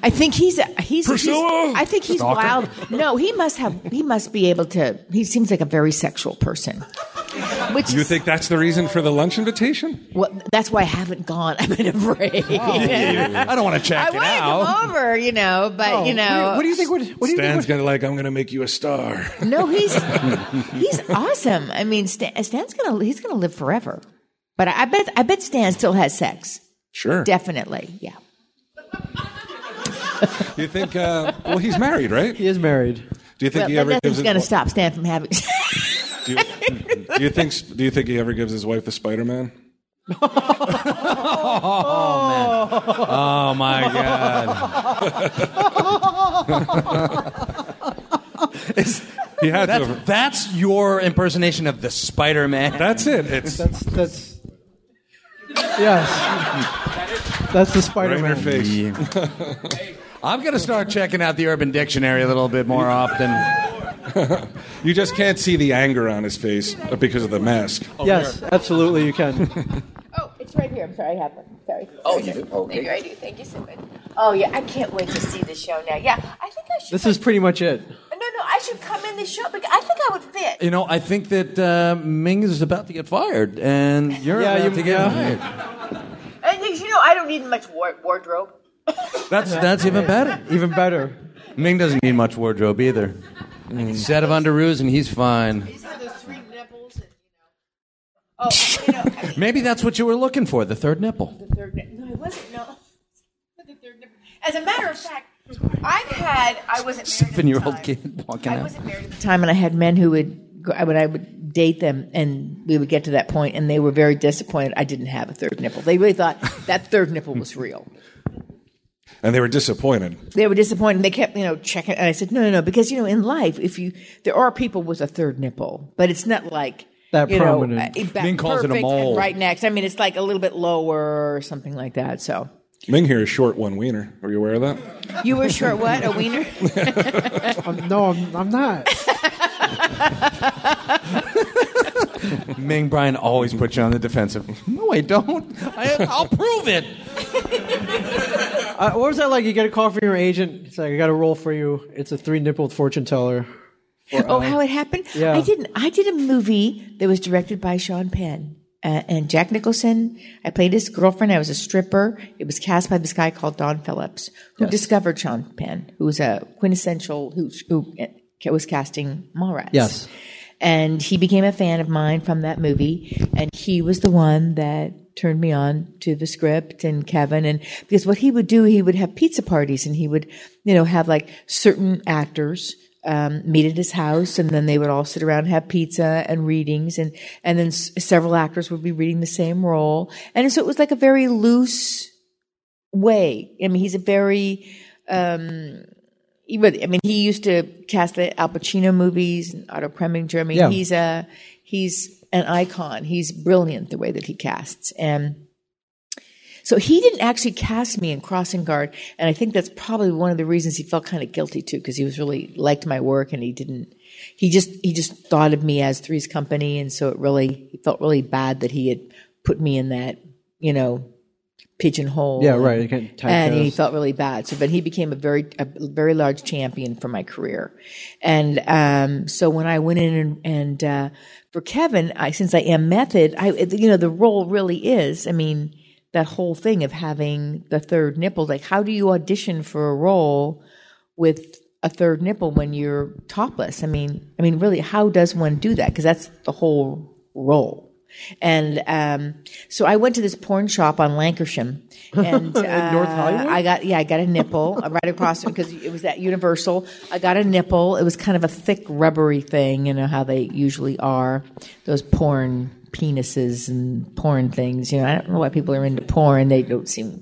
I think he's a, he's, he's-
Priscilla!
I think he's wild. No, he must have. He must be able to. He seems like a very sexual person. Which
You
is,
think that's the reason for the lunch invitation?
well, that's why I haven't gone. I've been afraid.
Oh,
I don't want to
I
check it
want to
out.
come over, you know, but
Oh,
you know,
What, do you think? Would, what do you
Stan's
think?
gonna like, I'm gonna make you a star.
no, he's he's awesome. I mean, Stan, Stan's gonna he's gonna live forever. But I, I bet I bet Stan still has sex.
Sure.
Definitely, yeah.
Do you think? Uh, well, he's married, right?
He is married.
Do you think
But,
he
but
ever gives?
nothing's
his-
gonna stop Stan from having.
Do you, do you think? Do you think he ever gives his wife the Spider Man?
Oh my god! It's-
He had to.
that's,
have-
that's your impersonation of the Spider-Man.
That's it. It's
That's that's. yes. That's the
right
Spider
in her
Man.
face.
I'm gonna start checking out the Urban Dictionary a little bit more often.
You just can't see the anger on his face because of the mask.
Yes, absolutely. You can.
Oh, it's right here. I'm sorry, I have one. Sorry. Oh, you do? Okay. Thank you. I do. Thank you so much. Oh, yeah. I can't wait to see the show now. Yeah, I think I should.
This is pretty much it.
No, no. I should come in the show because I think I would fit.
You know, I think that uh, Ming is about to get fired, and you're
Yeah,
about
you-
to get
yeah.
hired.
And you know, I don't need much war- wardrobe.
That's that's even better.
Even better.
Ming doesn't need much wardrobe either. Set of underoos, and he's fine.
These are those three nipples. And, oh, you know, I mean,
Maybe that's what you were looking for—the third nipple.
the third nipple. No, I wasn't. No. The third nipple. As a matter of fact, I've had. I wasn't married. at the
Seven-year-old
time.
kid walking
I
out.
wasn't married at the time, and I had men who would go, I would I would date them, and we would get to that point, and they were very disappointed. I didn't have a third nipple. They really thought that third nipple was real.
And they were disappointed.
They were disappointed. They kept you know checking, and I said no, no, no, because you know in life, if you there are people with a third nipple, but it's not like.
That
you know,
prominent.
uh, back
Ming calls it a
perfect and
mole.
Right next. I mean, it's like a little bit lower or something like that. So
Ming here is short one wiener. Are you aware of that?
you were sure what a wiener.
Um, no, I'm, I'm not.
Ming Brian always puts you on the defensive. No, I don't. I, I'll prove it.
Uh, what was that like? You get a call from your agent. It's like I got a role for you. It's a three nippled fortune teller.
Oh, how it happened?
Yeah.
I didn't. I did a movie that was directed by Sean Penn uh, and Jack Nicholson. I played his girlfriend. I was a stripper. It was cast by this guy called Don Phillips, who discovered Sean Penn, who was a quintessential who who uh, was casting Mallrats.
Yes.
and he became a fan of mine from that movie, and he was the one that turned me on to the script and Kevin and because what he would do he would have pizza parties and he would you know have like certain actors um, meet at his house, and then they would all sit around and have pizza and readings, and and then s- several actors would be reading the same role, and so it was like a very loose way. I mean, he's a very um, he would- I mean, he used to cast the Al Pacino movies and Otto Preminger. I mean,
Yeah.
he's a he's an icon. He's brilliant the way that he casts, and so he didn't actually cast me in Crossing Guard, and I think that's probably one of the reasons he felt kind of guilty too, because he was really liked my work, and he didn't. He just he just thought of me as Three's Company, and so it really he felt really bad that he had put me in that you know pigeonhole.
Yeah,
and-
right. You can't typecast.
and he felt really bad. So, but he became a very, a very large champion for my career. And um, so when I went in and, and uh, for Kevin, I, since I am method, I, you know, the role really is. I mean, that whole thing of having the third nipple. Like, how do you audition for a role with a third nipple when you're topless? I mean, I mean, really, how does one do that? Because that's the whole role. And um, so I went to this porn shop on Lancashire, and uh,
North Hollywood?
I got yeah, I got a nipple uh, right across because it was at Universal. I got a nipple. It was kind of a thick, rubbery thing, you know how they usually are. Those porn penises and porn things. You know, I don't know why people are into porn. They don't seem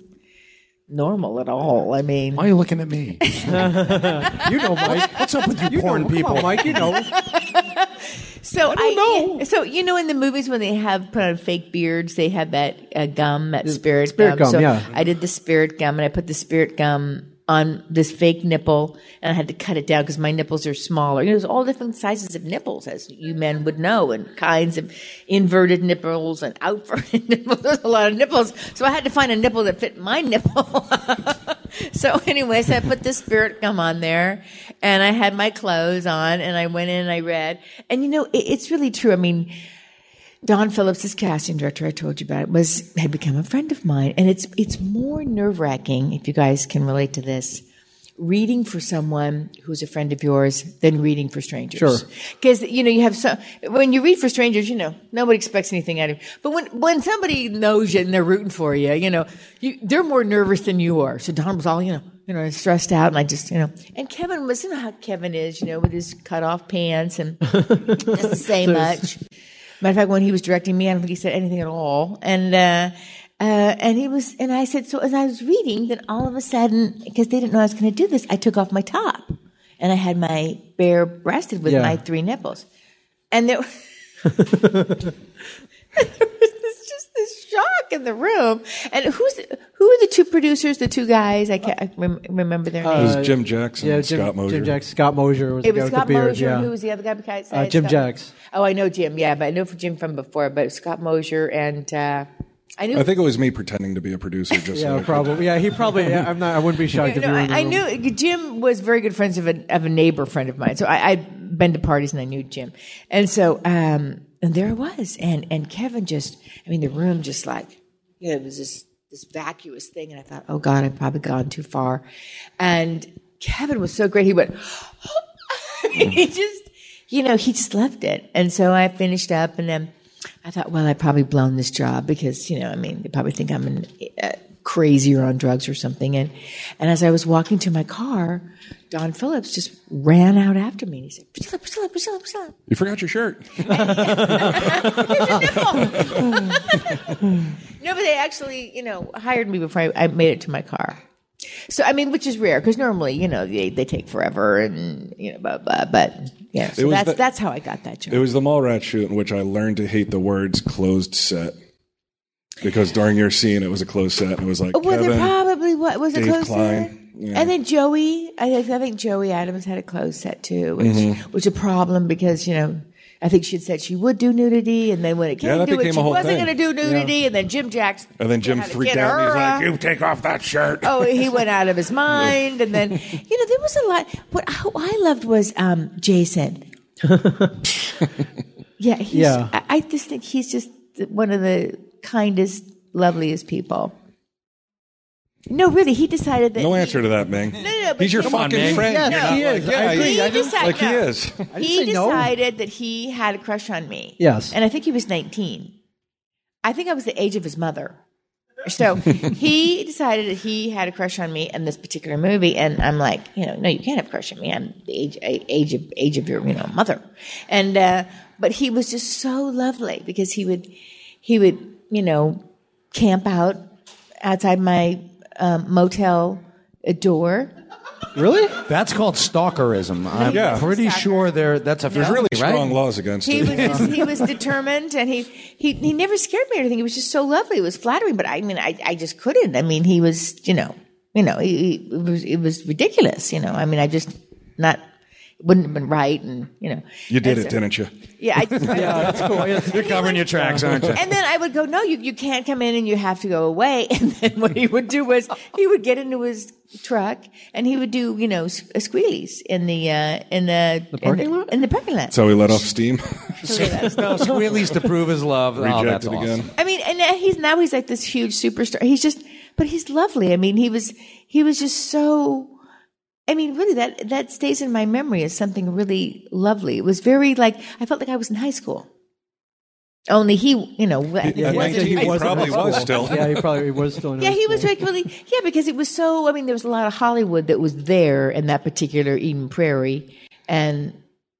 normal at all. I mean,
Why are you looking at me? you know, Mike. What's up with you, porn people? Mike, you know.
So I, know. so you know in the movies when they have put on fake beards, they have that uh, gum, that spirit,
spirit gum,
So
yeah.
I did the spirit gum, and I put the spirit gum on this fake nipple, and I had to cut it down because my nipples are smaller. You know, there's all different sizes of nipples, as you men would know, and kinds of inverted nipples and outverted nipples. There's a lot of nipples, so I had to find a nipple that fit my nipple. So, anyways, I put the spirit gum on there and I had my clothes on and I went in and I read. And you know, it, it's really true. I mean, Don Phillips, this casting director I told you about, was had become a friend of mine. And it's it's more nerve wracking, if you guys can relate to this, reading for someone who's a friend of yours than reading for strangers. Sure. Because you know, you have so when you read for strangers, you know, nobody expects anything out of you. But when when somebody knows you and they're rooting for you, you know, you, they're more nervous than you are. So Don was all, you know, you know, stressed out and I just, you know and Kevin was you know how Kevin is, you know, with his cut off pants and doesn't say much. Matter of fact, when he was directing me, I don't think he said anything at all. And uh, uh, and he was, and I said, so as I was reading, then all of a sudden, because they didn't know I was going to do this, I took off my top, and I had my bare breasted with
Yeah.
my three nipples, and there. there was this- just this shock in the room and who's who are the two producers the two guys i can't I rem- remember
Uh,
their names
It was Jim Jackson,
yeah,
and
Jim,
Scott Mosier.
Jim Jax. Scott Mosier was
It
the guy
was
with
Scott
the beard.
Mosier.
yeah.
Who was the other guy besides
Uh, Jim
Scott?
Jacks.
Oh, I know Jim. Yeah, but I know for Jim from before. But it was Scott Mosier and uh, I knew.
I think it was me pretending to be a producer. Just so I
Yeah,
could-
probably. Yeah, he probably. Yeah, I'm not. I wouldn't be shocked if
no,
you were
I,
in the
I
room.
knew Jim was very good friends of a, of a neighbor friend of mine. So I, I'd been to parties and I knew Jim. And so, um, and there I was. And, and Kevin just, I mean, the room just like, you know, it was this, this vacuous thing. And I thought, oh God, I've probably gone too far. And Kevin was so great. He went, he just, you know, he just left it. And so I finished up and then I thought, well, I've probably blown this job because, you know, I mean, they probably think I'm an, uh, crazy or on drugs or something. And, and as I was walking to my car, Don Phillips just ran out after me. And he said, Priscilla, Priscilla, Priscilla, Priscilla.
You forgot your shirt.
No, but they actually, you know, hired me before I, I made it to my car. So, I mean, which is rare because normally, you know, they, they take forever and, you know, blah, blah. But, yeah, so
was
that's,
the-
that's how I got that job.
It was the Mallrat shoot in which I learned to hate the words "closed set" because during your scene it was a closed set and it was like
Well, there
Kevin.
probably what was a
Dave
close set,
Klein, yeah.
and then
Mm-hmm.
Joey. I, I think Joey Adams had a close set too, which was a problem because you know I think she had said she would do nudity, and then when it came
Yeah, that
to it,
became
she
a whole
wasn't
thing.
going to do nudity, and then Jim Jackson.
And then Jim
had to
freaked
get
out. and He's
her
like,
up.
"You take off that shirt."
oh, he went out of his mind, and then you know there was a lot. What I, who I loved was um, Jason. yeah, he's,
Yeah.
I, I just think he's just one of the kindest, loveliest people. No, really, he decided that
No
he-
answer to that, Ming.
no, but
He's your
come on,
fucking
Ming.
friend.
Yes, he
You're not like,
is.
yeah,
I agree.
He
I didn't-
decided,
like he
no.
is.
He
say no.
decided that he had a crush on me.
Yes.
And I think he was 19. I think I was the age of his mother. So he decided that he had a crush on me in this particular movie, and I'm like, you know, no, you can't have a crush on me. I'm the age a- age of age of your you know mother, and uh, but he was just so lovely because he would he would you know camp out outside my um, motel uh, door.
Really?
That's called stalkerism. I'm
Yeah.
pretty
Stalker.
sure there. That's a
There's really
right?
strong laws against
He
it.
was just, he was determined, and he, he he never scared me or anything. He was just so lovely. It was flattering, but I mean, I I just couldn't. I mean, he was you know you know he, he- it was it was ridiculous. You know, I mean, I just not it wouldn't have been right, and you know
You did
And
it,
so-
didn't you?
Yeah, I just,
You're covering your tracks, aren't you?
And then I would go, no, you, you can't come in and you have to go away. And then what he would do was he would get into his truck and he would do, you know, s- squealies in the, uh, in the, the
parking
in the,
lot?
In the parking lot.
So he let off steam.
no, squealies to prove his love. oh, that's
Rejected
awesome.
again.
I mean, and now he's, now he's like this huge superstar. He's just, but he's lovely. I mean, he was, he was just so, I mean, really that, that stays in my memory as something really lovely. It was very like, I felt like I was in high school. Only he, you know, I think
At
wasn't-
19,
he
he
was in
probably
high
was still.
school. yeah, he probably he was still in
Yeah,
high
he was
school.
like really yeah because it was so. I mean, there was a lot of Hollywood that was there in that particular Eden Prairie, and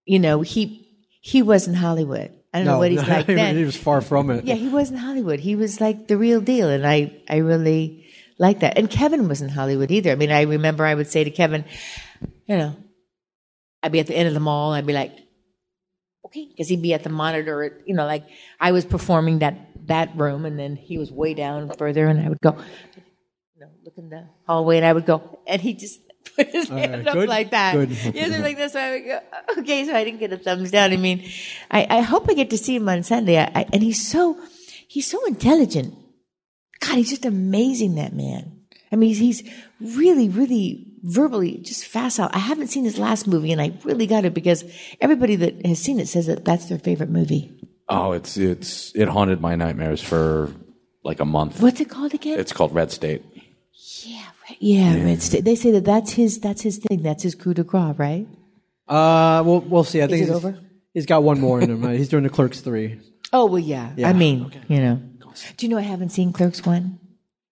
you know he he wasn't Hollywood. I don't know what he's like
he, was-
then.
he was far from it.
yeah, he wasn't Hollywood. He was like the real deal, and I I really like that. And Kevin wasn't Hollywood either. I mean, I remember I would say to Kevin, you know, I'd be at the end of the mall. I'd be like, okay, because he'd be at the monitor. At, you know, like I was performing that that room, and then he was way down further, and I would go, you know, look in the hallway, and I would go, and he just put his hand up
good,
like that.
good.
Yeah, they're like this. So I would go, "Oh, okay, so I didn't get a thumbs down. I mean, I, I hope I get to see him on Sunday. I, I, and he's so he's so intelligent. God, he's just amazing, that man. I mean, he's he's really, really verbally just facile. I haven't seen his last movie, and I really got it because everybody that has seen it says that that's their favorite movie.
Oh, it's it's it haunted my nightmares for like a month.
What's it called again?
It's called Red State.
yeah, right. yeah, Red State. They say that that's his that's his thing. That's his coup de grace, right?
Uh, we'll we'll see. I think
it
he's-
over?
He's got one more in him. Uh, He's doing the Clerks three.
Oh well, yeah. I mean, you know. Do you know I haven't seen Clerks one?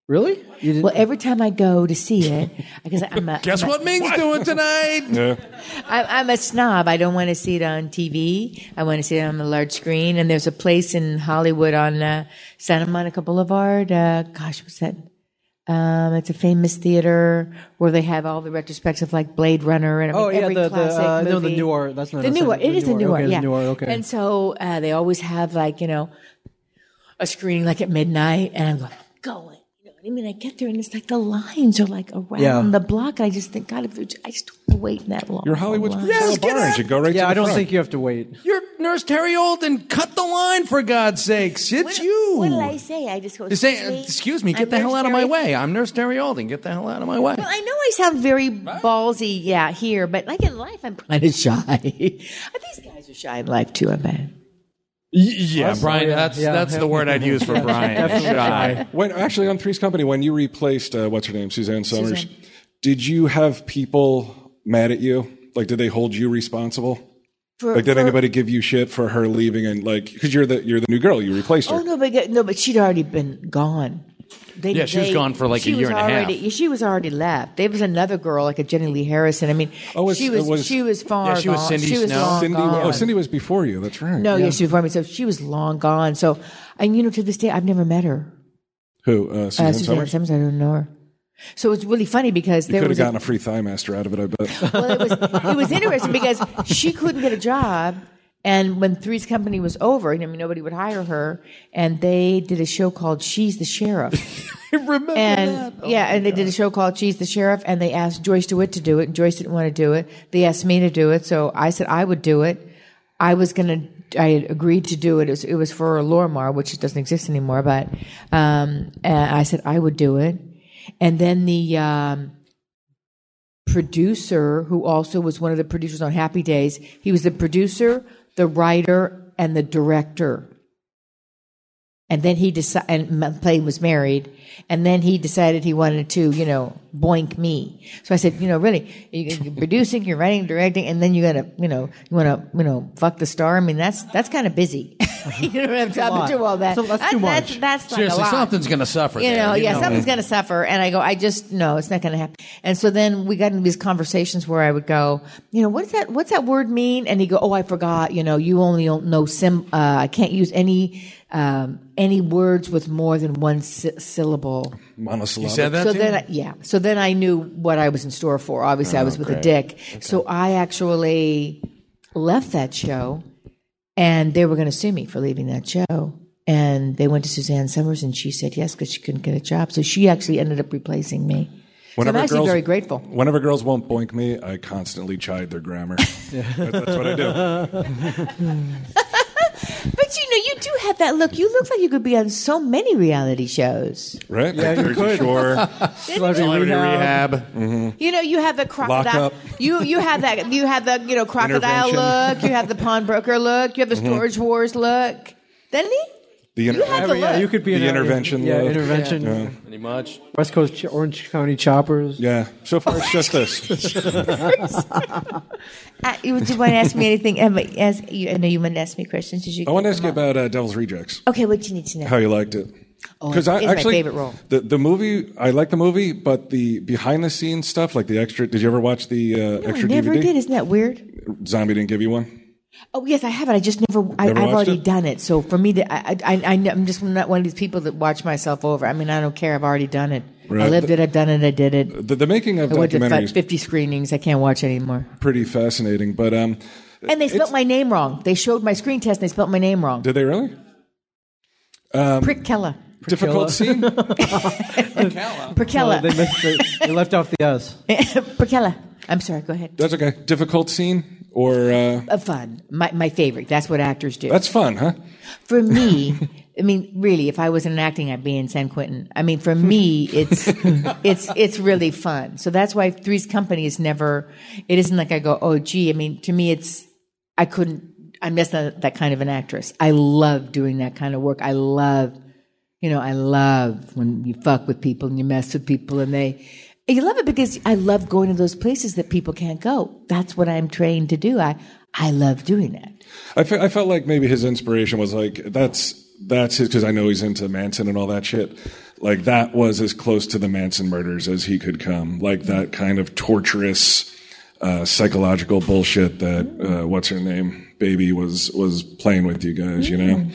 Really? You didn't?
Well, every time I go to see it, because I'm a
Guess
I'm a-
what Ming's doing tonight?
Yeah.
I'm, I'm a snob. I don't want to see it on TV. I want to see it on the large screen. And there's a place in Hollywood on uh, Santa Monica Boulevard. Uh, gosh, what's that? Um, it's a famous theater where they have all the retrospective, like Blade Runner, and I mean,
Oh, yeah,
every
the- the,
classic
uh,
movie.
no, the newer- that's not
the
a
newer.
Santa-
It
the
is a
newer,
newer.
okay, the
yeah.
newer, okay.
And so uh, they always have like you know a screening like at midnight, and I'm going, I'm going. You know what I mean, I get there and it's like the lines are like around
Yeah.
the block. And I just think, God, if it- I just don't want to wait in that long.
You're Hollywood's
line.
Priscilla Barnes. You go right to
yeah,
the
I don't
front.
think you have to wait.
You're Nurse Terry Olden. Cut the line for God's sakes. It's
What-
you.
What did I say? I just go.
You say, uh,
"Excuse me,
excuse me,
I'm
get the hell
Nurse
out of my
Terry."
way. I'm Nurse Terry Olden. Get the hell out of my way.
Well, I know I sound very ballsy, yeah, here, but like in life, I'm kind of shy. These guys are shy in life too. I bet.
yeah, Brian, that's
Oh, yeah.
that's the word I'd use for Brian. Shy.
When actually on Three's Company, when you replaced uh, what's her name, Suzanne Summers, did you have people mad at you? Like, did they hold you responsible?
For,
Like, did
for-
anybody give you shit for her leaving? And like, because you're the you're the new girl, you replaced her.
Oh no, but no, but she'd already been gone. They,
Yeah, she was gone for, like, a
she
year
was
and a half.
already- yeah, She was already left. There was another girl, like a Jenny Lee Harrison. I mean,
Oh, was-
she was,
uh, was-
she was far.
Yeah, she was
gone.
Cindy
she was
Snow.
long
Cindy,
gone.
oh, Cindy was before you. That's right.
No, yeah. she was before me. So she was long gone. So, and you know, to this day, I've never met her.
Who? Uh, Suzanne
Uh, Suzanne
Summers.
Summers, I don't know her. So it's really funny because
You
there
could have
was a-
gotten a free thigh master out of it, I bet.
well, it was it was interesting because she couldn't get a job, and when Three's Company was over, I mean nobody would hire her, and they did a show called She's the Sheriff,
Remember
and yeah, and they did a show called She's the Sheriff, and they asked Joyce DeWitt to do it, and Joyce didn't want to do it. They asked me to do it, so I said I would do it. I was gonna
I had agreed to do it. It was, it was for Lormar, which doesn't exist anymore. But um, and I said I would do it, and then the um, producer, who also was one of the producers on Happy Days, he was the producer, the writer, and the director. And then he decided, and M- Plain was married, and then he decided he wanted to, you know, boink me. So I said, you know, really, you- you're producing, you're writing, directing, and then you gotta, you know, you wanna, you know, fuck the star. I mean, that's that's kind of busy. you don't have time to do all that.
That's a- that's too
That's,
much.
that's, like
Seriously,
a lot.
something's going to suffer.
You
there,
know, yeah,
know?
something's going to suffer. And I go, I just, no, it's not going to happen. And so then we got into these conversations where I would go, you know, what's that, what's that word mean? And he'd go, oh, I forgot, you know, you only don't know sim, uh, I can't use any, um, any words with more than one sy- syllable.
Monosyllabic.
Said that
So
to
then,
you?
I, yeah. So then I knew what I was in store for. Obviously, I was with a dick. So I actually left that show, and they were going to sue me for leaving that show. And they went to Suzanne Summers, and she said yes because she couldn't get a job. So she actually ended up replacing me. So I'm
Whenever
actually
girls-
very grateful.
Whenever girls won't boink me, I constantly chide their grammar. That- That's what I do.
But you know, you do have that look. You look like you could be on so many reality shows.
Right? Yeah, you could. Shore.
Celebrity rehab.
You know, you have the crocodile.
up.
You you have that. You have the you know crocodile
Intervention. Mm-hmm.
look. You have the pawnbroker look. You have the storage wars look. Doesn't he?
The
You have
intervention.
the
Yeah,
look.
you could be
The
in a-
intervention
Yeah,
look.
intervention.
Pretty much.
West Coast Ch- Orange County Choppers.
Yeah. So far, it's just this.
I, you did want to ask me anything? Emma, as you, I know you want to ask me questions. Did you?
I want to ask you about uh, Devil's Rejects.
Okay, what do you need to know?
How you liked it? Because I
it's Oh, my
actually
favorite role.
the the movie I like the movie, but the behind the scenes stuff, like the extra. Did you ever watch the uh,
I
extra
never
DVD?
did. Isn't that weird?
Zombie didn't give you one.
Oh yes, I have it. I just never. I,
Never
I've
watched
already
it?
done it. So for me, to, I, I, I, I'm just not one of these people that watch myself over. I mean, I don't care. I've already done it. I
Right.
lived it. I've done it. I did it.
The, the making of
I went to
documentary is
fi- 50 screenings. I can't watch anymore.
pretty fascinating. But um,
And they spelt my name wrong. They showed my screen test and they spelt my name wrong.
did they really
Prick Kella.
difficult scene?
Prickella.
They, missed, they, they left off the S.
Prickella. I'm sorry. Go ahead.
That's okay. Difficult scene or uh,
Uh, fun. My, my favorite. That's what actors do.
that's fun, huh?
for me, I mean, really, if I was in acting, I'd be in San Quentin. I mean, for me, it's it's it's really fun. So that's why Three's Company is never. It isn't like I go, oh, gee. I mean, to me, it's I couldn't. I'm just not that kind of an actress. I love doing that kind of work. I love, you know, I love when you fuck with people and you mess with people and they. and You love it because I love going to those places that people can't go. That's what I'm trained to do. I I love doing that.
I, fe- I felt like maybe his inspiration was like that's that's his because I know he's into Manson and all that shit. Like that was as close to the Manson murders as he could come. Like that kind of torturous uh, psychological bullshit that uh, what's her name baby was was playing with you guys, you know.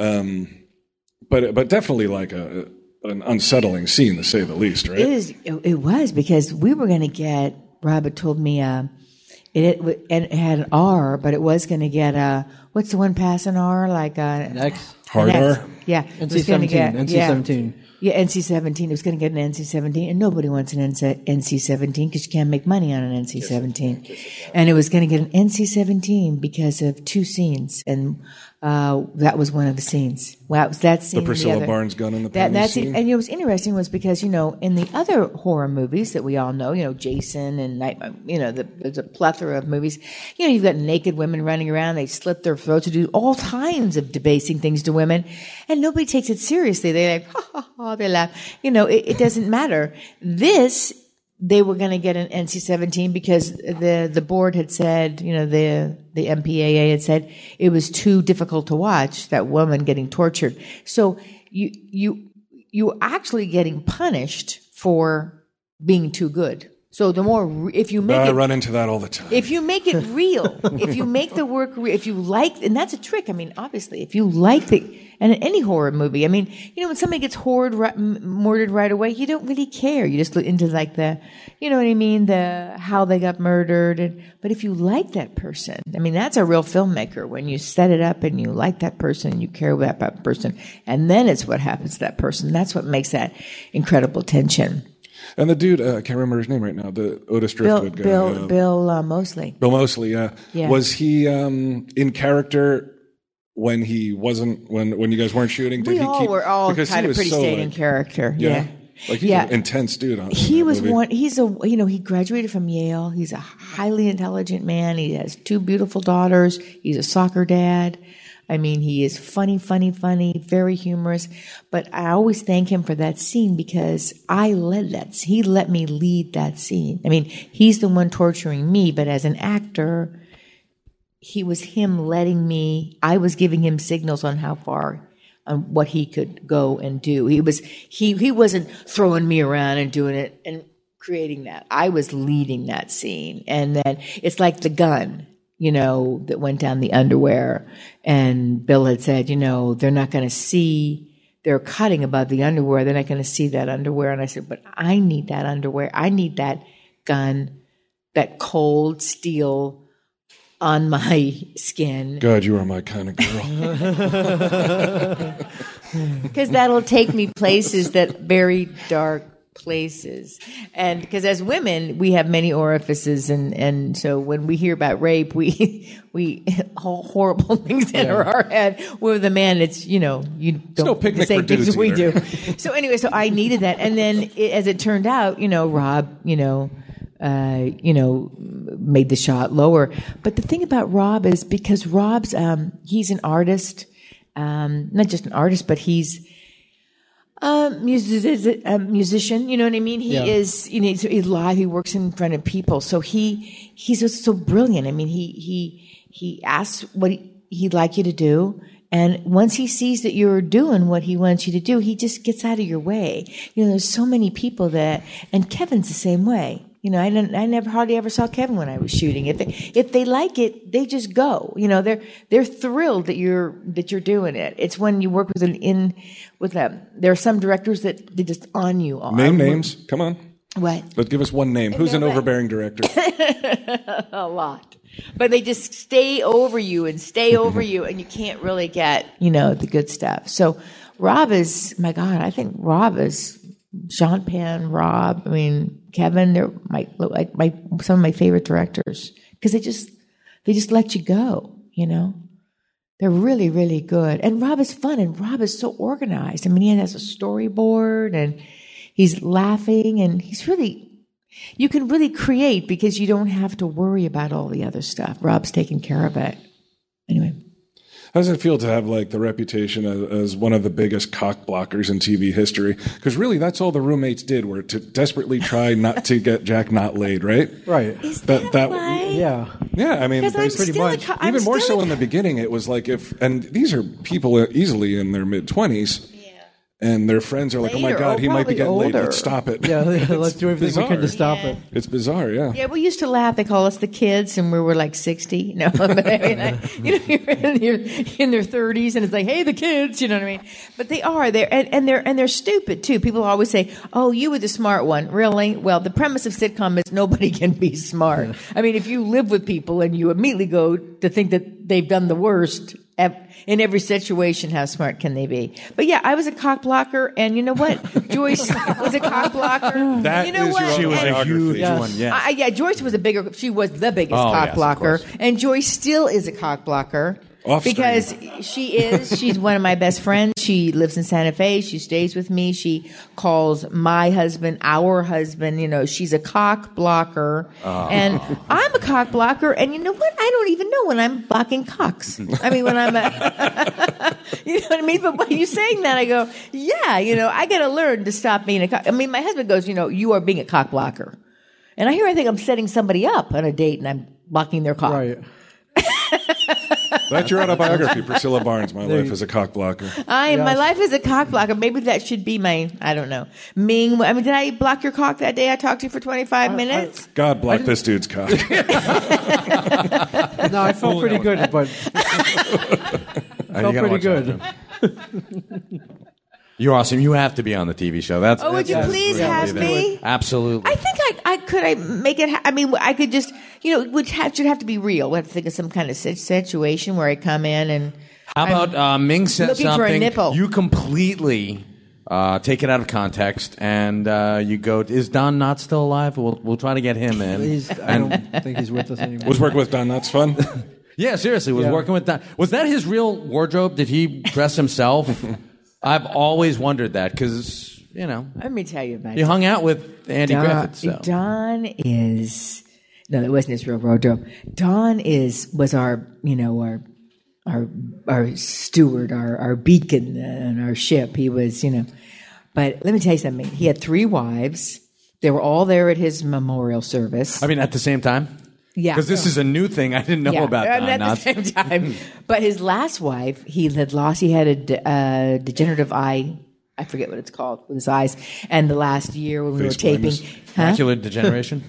Um, but but definitely like a an unsettling scene to say the least, right?
It is. It, it was because we were going to get. Rob had told me uh, it, it w- and it had an R, but it was going to get a what's the one pass an R like a
Next.
Hard
an X.
R?
Yeah, it was gonna
NC-17,
get-
NC-17.
Yeah, yeah NC seventeen. It was going to get an NC seventeen, and nobody wants an NC seventeen because you can't make money on an NC seventeen. And it was going to get an NC seventeen because of two scenes, and uh, that was one of the scenes. Wow, it was that scene. and
Priscilla
the other.
Barnes gun in the
that,
penny
that's
scene?
It, and it was interesting was because you know in the other horror movies that we all know, you know Jason and Night, uh, you know the, there's a plethora of movies. You know you've got naked women running around, they slit their throats, to do all kinds of debasing things to women, and nobody takes it seriously. They like ha ha ha, they laugh. You know it, it doesn't matter. This they were going to get an NC-17 because the the board had said, you know, the the MPAA had said it was too difficult to watch that woman getting tortured. So you you you're actually getting punished for being too good. So the more re- if you make
I
it
run into that all the time.
if you make it real, if you make the work, re- if you like, and that's a trick. I mean, obviously, if you like the, and in any horror movie, I mean, you know, when somebody gets horrored, ri- m- murdered right away, you don't really care. You just look into like the, you know what I mean, the how they got murdered. And but if you like that person, I mean, that's a real filmmaker when you set it up and you like that person and you care about that person, and then it's what happens to that person. That's what makes that incredible tension.
and the dude, uh, I can't remember his name right now. The Otis
Bill,
Driftwood guy.
Bill,
uh,
Bill uh, Mosley.
Bill Mosley, yeah.
Yeah.
Was he um, in character when he wasn't when when you guys weren't shooting? Did
we
he
all
keep,
were all
because he
kind of
was
pretty
so,
stayed in
like-
character.
Yeah.
Yeah.
Like he's
Yeah.
an intense dude. On, in
He
that
was
movie.
one. He's a you know he graduated from Yale. He's a highly intelligent man. He has two beautiful daughters. He's a soccer dad. I mean, he is funny, funny, funny, very humorous. But I always thank him for that scene because I led that. He let me lead that scene. I mean, he's the one torturing me, but as an actor, he was him letting me i was giving him signals on how far on what he could go and do he was he he wasn't throwing me around and doing it and creating that i was leading that scene and then it's like the gun you know that went down the underwear and bill had said you know they're not going to see they're cutting above the underwear they're not going to see that underwear and i said but i need that underwear i need that gun that cold steel on my skin
God, you are my kind of girl.
because that'll take me places that very dark places and because as women we have many orifices and and so when we hear about rape we we all horrible things enter our head we're the man it's you know you don't
no picnic
the same
for
things
dudes
we
either.
do so anyway so i needed that and then it, as it turned out you know rob you know uh, you know, made the shot lower. But the thing about Rob is because Rob's um, he's an artist, um, not just an artist, but he's a, music, a musician. You know what I mean? He is you know he's, he's live. He works in front of people, so he he's just so brilliant. I mean, he he he asks what he, he'd like you to do. And once he sees that you're doing what he wants you to do, he just gets out of your way. You know, there's so many people that, and Kevin's the same way. You know, I didn't, I never hardly ever saw Kevin when I was shooting. If they, if they like it, they just go. You know, they're they're thrilled that you're that you're doing it. It's when you work with an in with them. There are some directors that they just on you. All.
Name names. Come on.
What?
But give us one name. Who's an
no way.
overbearing director?
a lot. But they just stay over you and stay over you, and you can't really get, you know, the good stuff. So Rob is, my God, I think Rob is Jean Pan, Rob, I mean, Kevin, they're my, like my, some of my favorite directors because they just, they just let you go, you know? They're really, really good. And Rob is fun and Rob is so organized. I mean, he has a storyboard and he's laughing and he's really you can really create because you don't have to worry about all the other stuff. Rob's taking care of it. Anyway,
How does it feel to have like the reputation as, as one of the biggest cock blockers in TV history? Because really, that's all the roommates did were to desperately try not to get Jack not laid, right?
Right.
That that
Yeah.
yeah. I mean,
Because I'm
basically-
still a co- I'm
even more
still
so
a
in the beginning, it was like if and these are people easily in their mid twenties. And their friends are like, "Oh my
Later,
God,
oh,
he might be
probably
getting laid.
older.
Let's stop it."
Yeah, let's do everything we
bizarre.
can to stop it.
It's bizarre, yeah.
Yeah, we used to laugh. They call us the kids, and we were like sixty. No, but I mean, I, you know, you're in, you're in their thirties, and it's like, hey, the kids. You know what I mean? But they are they're and, and they're and they're stupid too. People always say, oh, you were the smart one, really? Well, the premise of sitcom is nobody can be smart. I mean, if you live with people and you immediately go to think that they've done the worst. ev- In every situation, how smart can they be? But yeah, I was a cock blocker, and you know what? Joyce was a cock blocker.
That
you know
is
what?
your She was a
And-
huge
Yes. one, yeah.
I, I- yeah, Joyce was a bigger. She was the biggest
Oh,
cock
yes, of
blocker,
course.
and Joyce still is a cock blocker
Off screen.
because she is. She's one of my best friends. She lives in Santa Fe. She stays with me. She calls my husband our husband. You know, she's a cock blocker,
Oh.
and I'm a cock blocker. And you know what? I don't even know when I'm blocking cocks. I mean, when I'm. A, you know what I mean? But when you saying that, I go, yeah. You know, I got to learn to stop being a cock. I mean, my husband goes, you know, you are being a cock blocker. And I hear I think I'm setting somebody up on a date and I'm blocking their cock.
Right.
That's your autobiography, Priscilla Barnes. My life as a cock blocker.
I my life is a cock blocker. Maybe that should be my I don't know. Ming I mean, did I block your cock that day I talked to you for twenty five minutes?
God block this dude's cock.
No, I felt pretty good, but felt pretty good.
You're awesome. You have to be on the TV show. That's
oh, would you
that's
please
really
have
the-
me?
Absolutely.
I think I, I could I make it. ha- I mean, I could just you know, it would have, should have to be real. We have to think of some kind of sit- situation where I come in and
How about uh, Ming said
looking for a
something?
nipple.
You completely uh, take it out of context, and uh, you go. Is Don not still alive? We'll we'll try to get him in.
He's, I don't think he's with us anymore.
Let's work with Don. That's fun.
Yeah, seriously, was working with that. Was that his real wardrobe? Did he dress himself? I've always wondered that because you know
Let me tell you about
he hung out with Andy
Don,
Griffith. So.
Don is no, that wasn't his real wardrobe. Don is was our you know our our our steward, our our beacon on our ship. He was you know, but let me tell you something. He had three wives. They were all there at his memorial service.
I mean, at the same time,
yeah,
because this is a new thing I didn't know
yeah.
about.
And
Don
at the
Knotts.
same time. but his last wife, he had lost. He had a de- uh, degenerative eye. I forget what it's called with his eyes. And the last year when we were
Face
taping,
blindness.
huh?
Macular degeneration.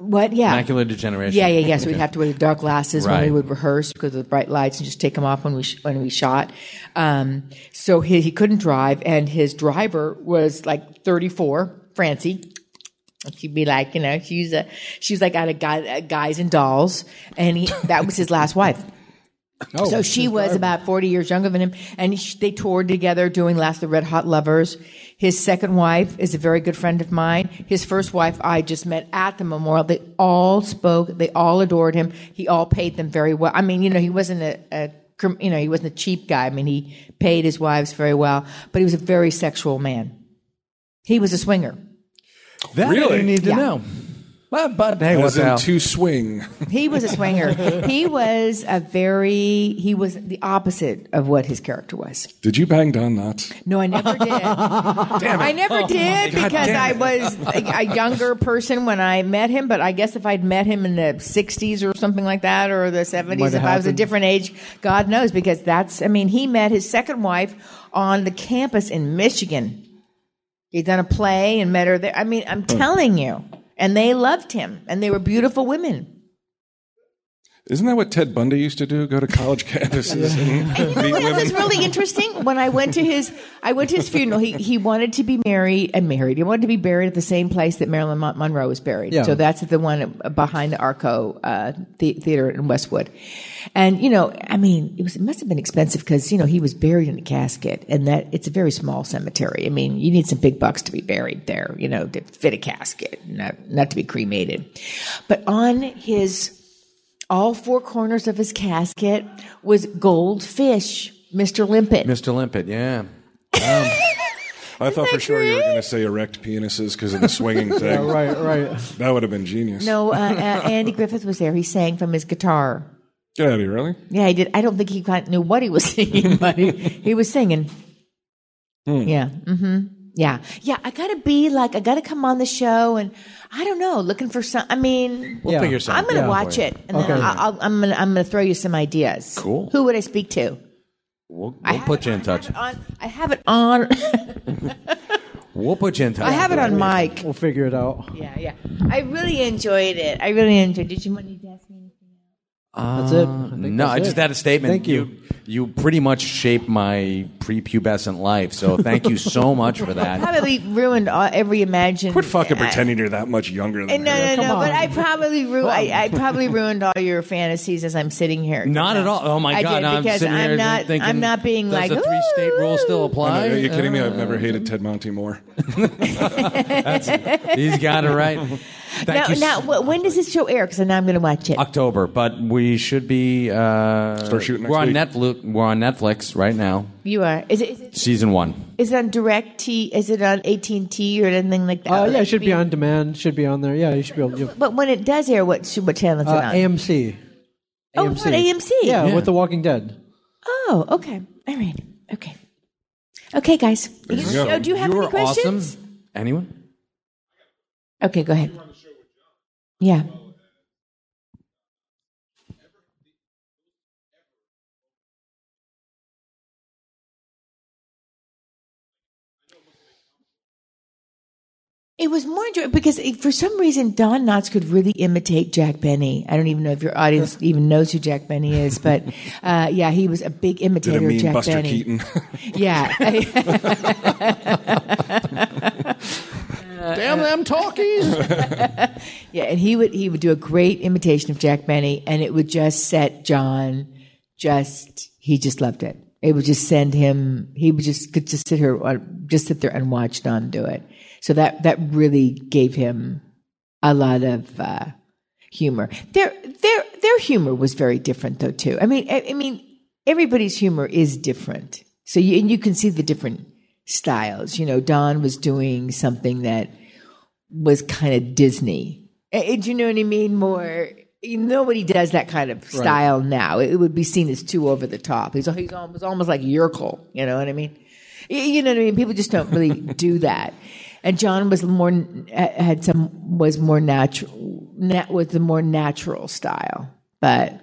What? Yeah,
Macular degeneration.
Yeah, yeah, yeah. So we'd have to wear dark glasses when we
Right.
would rehearse because of the bright lights, and just take them off when we sh- when we shot. Um, so he, he couldn't drive, and his driver was like 34, Francie. And She'd be like, you know, she's a she's like out of guy, uh, guys and dolls, and he, that was his last wife. so Oh, she was about 40 years younger than him, and sh they toured together doing Last of the Red Hot Lovers. His second wife is a very good friend of mine. His first wife I just met at the memorial. They all spoke, they all adored him. He all paid them very well. I mean, you know, he wasn't a, a crim- you know, he wasn't a cheap guy. I mean, he paid his wives very well, but he was a very sexual man. He was a swinger.
That
Really?
you need to
Yeah.
know. But, but hey, what
As
the
in
hell?
to swing.
He was a swinger. he was a very he was the opposite of what his character was.
Did you bang Don Knotts?
No, I never did. I never did because I was a, a younger person when I met him. But I guess if I'd met him in the '60s or something like that, or the '70s, if I was a different age, God knows. Because that's, I mean, he met his second wife on the campus in Michigan. He'd done a play and met her there. I mean, I'm telling you, and they loved him, and they were beautiful women.
Isn't that what Ted Bundy used to do? Go to college campuses and meet
Well, that
women?
was really interesting. When I went to his, I went to his funeral. He he wanted to be married and married. He wanted to be buried at the same place that Marilyn Mon- Monroe was buried. So that's at the one behind the Arco uh, the- Theater in Westwood. And you know, I mean, it was it must have been expensive because you know he was buried in a casket, and that it's a very small cemetery. I mean, you need some big bucks to be buried there. You know, to fit a casket, not not to be cremated. But on his all four corners of his casket was goldfish, Mr. Limpet.
Mr. Limpet, yeah.
I thought for sure you were going to say erect penises because of the swinging thing.
Right, right.
That would have been genius.
No, uh, uh, Andy Griffith was there. He sang from his guitar.
Get out of here, really?
Yeah, he did. I don't think he quite knew what he was singing, but he, he was singing.
Hmm.
Yeah. Mm-hmm. Yeah. Yeah. I gotta be like, I gotta come on the show, and I don't know, looking for some. I mean,
We'll figure something.
I'm gonna
out
watch
for you.
it, and then I, I'll, I'm gonna I'm gonna throw you some ideas.
Cool.
Who would I speak to?
We'll,
I
we'll
have
put
it-
you in touch.
I have it on. I have it on,
We'll put you in touch.
I have it on mic.
We'll figure it out.
Yeah, yeah. I really enjoyed it. I really enjoyed. Did you want to ask me?
That's it.
Uh,
I think
No,
that's
I just
it.
had a statement.
Thank you.
You pretty much shaped my prepubescent life, so thank you so much for that.
Probably ruined all, every imagined.
Quit fucking pretending you're that much younger
I,
than
no,
her.
no, no. But I probably ru- I, I probably ruined all your fantasies as I'm sitting here.
Not at all. Oh my
I
god!
did,
now I'm
because
sitting
I'm
here
not.
thinking,
I'm not being
does
like.
the three state rule still apply?
Are you
Uh,
kidding me? I've never hated Ted Monty more.
uh,
He's got it right.
Now,
Thank you.
now,
s-
wh- when does this show air? Because now I'm going to watch it.
October, but we should be. Uh, Start
shooting
We're on
next
Netflix. We're on Netflix right now,
You are. Is it? Is it,
season one.
is it on Direct T? Is it on AT and T or anything like that?
Uh, yeah, it should be on demand. Should be on there. Yeah, you should be able to.
But when it does air, what should, what channel is it
Uh,
on?
AMC.
Oh, it's on AMC.
Yeah,
Yeah.
with The Walking Dead.
Oh, okay. All right. Okay. Okay, guys. You-
go.
oh, do you have any
you are awesome.
questions?
Anyone?
Okay, go ahead. Yeah. It was more enjoyable because it, for some reason Don Knotts could really imitate Jack Benny. I don't even know if your audience even knows who Jack Benny is, but uh, yeah, he was a big
Did a
imitator of
mean
Jack
Buster
Benny.
Keaton.
Yeah.
Damn them talkies!
Yeah, and he would he would do a great imitation of Jack Benny, and it would just set John. Just he just loved it. It would just send him. He would just could just sit here, uh, just sit there and watch Don do it. So that that really gave him a lot of uh, humor. There there there their humor was very different though too. I mean, I, I mean, everybody's humor is different. So you, and you can see the different styles. You know, Don was doing something that was kind of Disney. Eh, eh, Do you know what I mean? More. Nobody does that kind of style now. It would be seen as too over the top. He's, he's almost, almost like Yerkel. You know what I mean? Y- You know what I mean? People just don't really do that. And John was more eh, had some was more natural nat, was the more natural style. But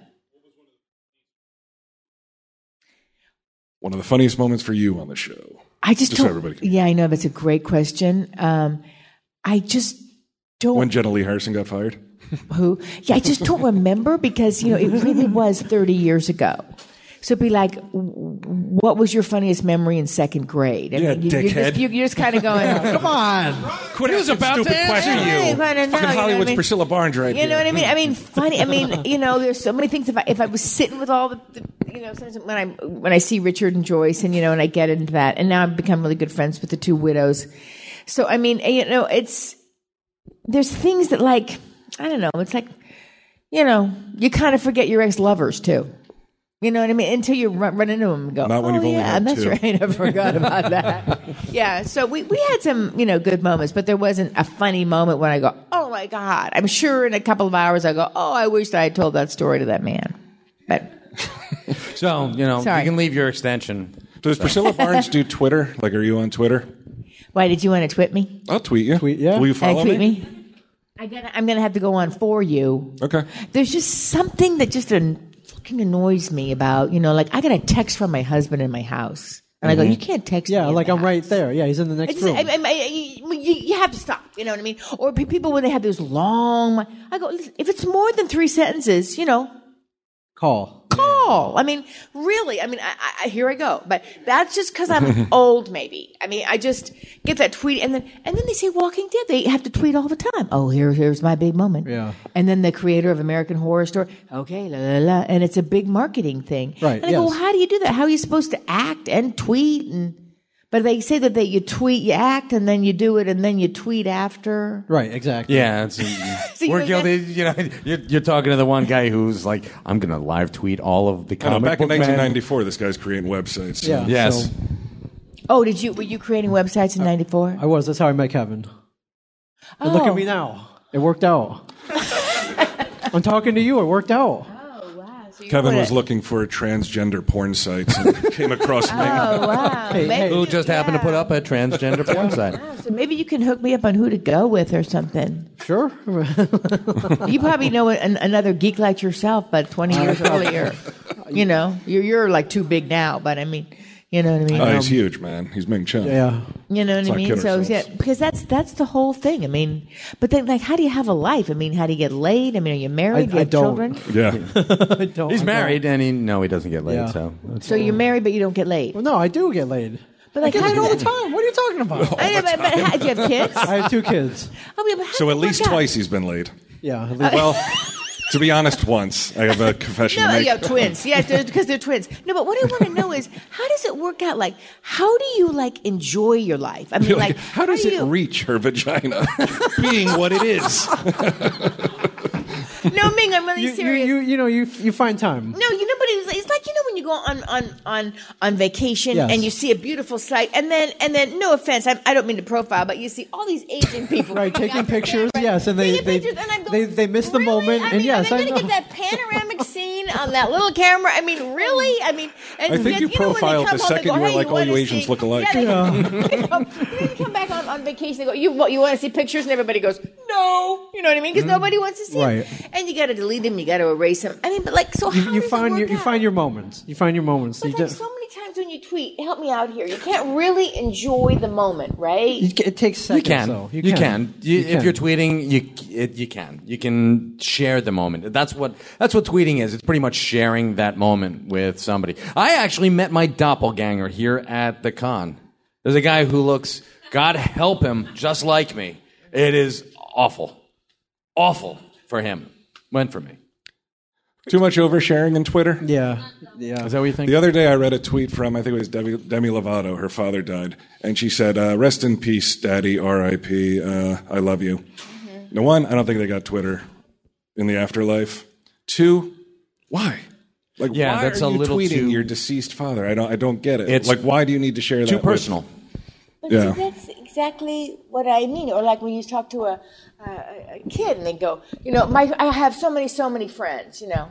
One of the funniest moments for you on the show.
I just,
Just so
don't.
everybody can-
yeah, I know that's a great question. Um, I just don't.
When Jenna Lee Harrison got fired.
who. Yeah, I just don't remember because, you know, it really was 30 years ago. So it'd be like, w- what was your funniest memory in second grade? I
Yeah,
you- you're,
dickhead.
just, you're, you're just kind of going, come on.
Quit asking stupid questions.
you. Yeah, I wanna know,
Fucking
you know what I
Hollywood's
mean?
Priscilla Barnes right
You
here.
know what I mean? I mean, funny. I mean, you know, there's so many things. If I, if I was sitting with all the, the you know, sometimes when I when I see Richard and Joyce, and you know, and I get into that, and now I've become really good friends with the two widows. So I mean, you know, it's there's things that like I don't know. It's like you know, you kind of forget your ex lovers too. You know what I mean? Until you run, run into them and go,
Not when
oh,
you've only
yeah,
had
that's
two."
right. I forgot about that. yeah. So we, we had some, you know, good moments, but there wasn't a funny moment when I go, oh my God. I'm sure in a couple of hours I go, oh, I wish I had told that story to that man. But
So you know
Sorry.
you can leave your extension.
Does Priscilla Barnes do Twitter? Like, are you on Twitter?
why did you want to twit me?
I'll tweet you. Tweet,
yeah.
Will you
Uh,
follow
tweet me? I gotta, I'm going to have to go on for you.
Okay.
There's just something that just an, fucking annoys me about, you know, like I got a text from my husband in my house. And I go, you can't text
Mm-hmm. Yeah,
me. in
like
the
I'm
house."
right there. Yeah, he's in the next
It's,
room.
I, I, I, you, you have to stop. You know what I mean? Or pe- people when they have those long. I go, listen, if it's more than three sentences, you know,
Call.
call. I mean, really. I mean, I, I- I, here I go. But that's just because I'm old, maybe. I mean, I just get that tweet, and then and then they say Walking Dead. They have to tweet all the time. Oh, here here's my big moment.
Yeah.
And then the creator of American Horror Story. Okay, la la la, and it's a big marketing thing.
Right,
And I go,
yes.
well, how do you do that? How are you supposed to act and tweet and? But they say that they you tweet, you act, and then you do it, and then you tweet after.
Right, exactly.
Yeah, it's,
So you
we're
would
guilty. You know, you're, you're talking to the one guy who's like, I'm going to live tweet all of the
I don't
comic
know, Uh, back in
book man."
1994, this guy's creating websites.
Yeah.
Yes.
so
Oh, did you were you creating websites
Uh,
in '94?
I was. That's how I met Kevin. And Look
Oh.
at me now. It worked out. I'm talking to you. It worked out.
Oh wow! So you
Kevin
were-
was looking for transgender porn sites and came across me.
Oh wow! Maybe
Who
you-
just happened to
yeah.
put up a transgender porn site?
So maybe you can hook me up on who to go with or something.
Sure.
You probably know an, another geek like yourself, but 20
Oh,
years earlier. You know, you're, you're like too big now, but I mean, you know what I mean?
Oh, he's huge, man. He's Ming Chen.
yeah.
you know what I
not
mean?
kid
So, yeah,
ourselves.
because that's that's the whole thing. I mean, but then, like, how do you have a life? I mean, how do you get laid? I mean, are you married? do you
I
have
don't.
children?
Yeah.
I don't-
He's
I don't-
married, and he no, he doesn't get laid.
Yeah.
So
So you're married, but you don't get laid.
Well, no, I do get laid.
But like,
I get
how
laid
does
all the
that-
time. What are you talking about?
I know, but, but how, do you have kids?
I have two kids.
Oh, yeah, but how
So
does
at
that
least
work out?
twice he's been laid.
Yeah. at least-
Well, to be honest, once. I have a confession
No,
to make.
yeah, twins. Yeah, they're- because they're twins. No, but what I want to know is how does it work out? Like, how do you like enjoy your life? I mean,
You're
like,
like, how does
do
it
you-
reach her vagina being what it is?
No, Ming, I'm really
you, you,
serious.
you, you know, you, you find time.
no, you know, but it's, it's like you know when you go on on on on vacation
Yes.
and you see a beautiful sight, and then and then no offense, I, I don't mean to profile, but you see all these Asian people
Right,
coming
taking
out there,
pictures,
right?
yes, and they-
Taking
they-
pictures, and I'm
they-
going,
they miss the
really?
moment,
I
and
mean,
yes,
am
I
I going to
know.
get that panoramic scene on that little camera? I mean, really? I mean, and
I think
yet,
you
know, when they
profiled
come
the
home, they
second
go,
you were
"Hey,
like,
you
all you
wanna
Asians
see-"
look alike.
Yeah, they they come, they come back on, on vacation. They go, you you want to see pictures, and everybody goes, no. You know what I mean? Because nobody wants to see
Mm. Right.
them. And you got to delete them. You got to erase them. I mean, but like, so how
You, you
does it
find
work
your, you
out?
find your moments. You find your moments.
But
You
like
just-
so many times when you tweet, help me out here. You can't really enjoy the moment, right?
it, it takes
you
seconds.
can,
though.
you, can. You,
You
if
can.
you're tweeting, you it, you can, you can share the moment. That's what that's what tweeting is. It's pretty much sharing that moment with somebody. I actually met my doppelganger here at the con. There's a guy who looks, God help him, just like me. It is awful, awful for him. Went for me.
Too much oversharing in Twitter?
Yeah. Yeah.
Is that what you think?
The other day, I read a tweet from I think it was Demi, Demi Lovato. Her father died, and she said, uh, "Rest in peace, Daddy. R.I.P. Uh, I love you." Now, one, I don't think they got Twitter in the afterlife. Two, Why? Like,
Yeah,
why
that's
are
a
you
little
tweeting
too-
your deceased father? I don't, I don't get it.
It's
like, why do you need to share that?
Too
with-
personal.
But
Yeah.
see, that's exactly what I mean. Or like when you talk to a, a, a- a kid and they go, you know, my I have so many, so many friends, you know.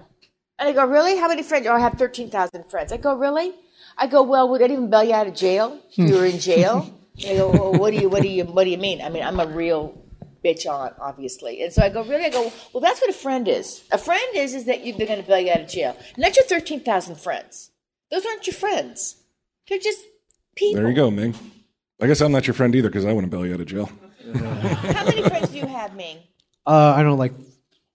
And I go, really? How many friends? Oh, I have 13,000 friends. I go, really? I go, well, would that even bail you out of jail if you were in jail? they go, well, what do you, what do you, what do you mean? I mean, I'm a real bitch aunt, obviously. And so I go, really? I go, well, that's what a friend is. A friend is, is that you've been going to bail you out of jail. Not your 13,000 friends. Those aren't your friends. They're just people.
There you go, Ming. I guess I'm not your friend either because I wouldn't bail you out of jail.
How many friends do you have, Ming?
Uh, I don't know, like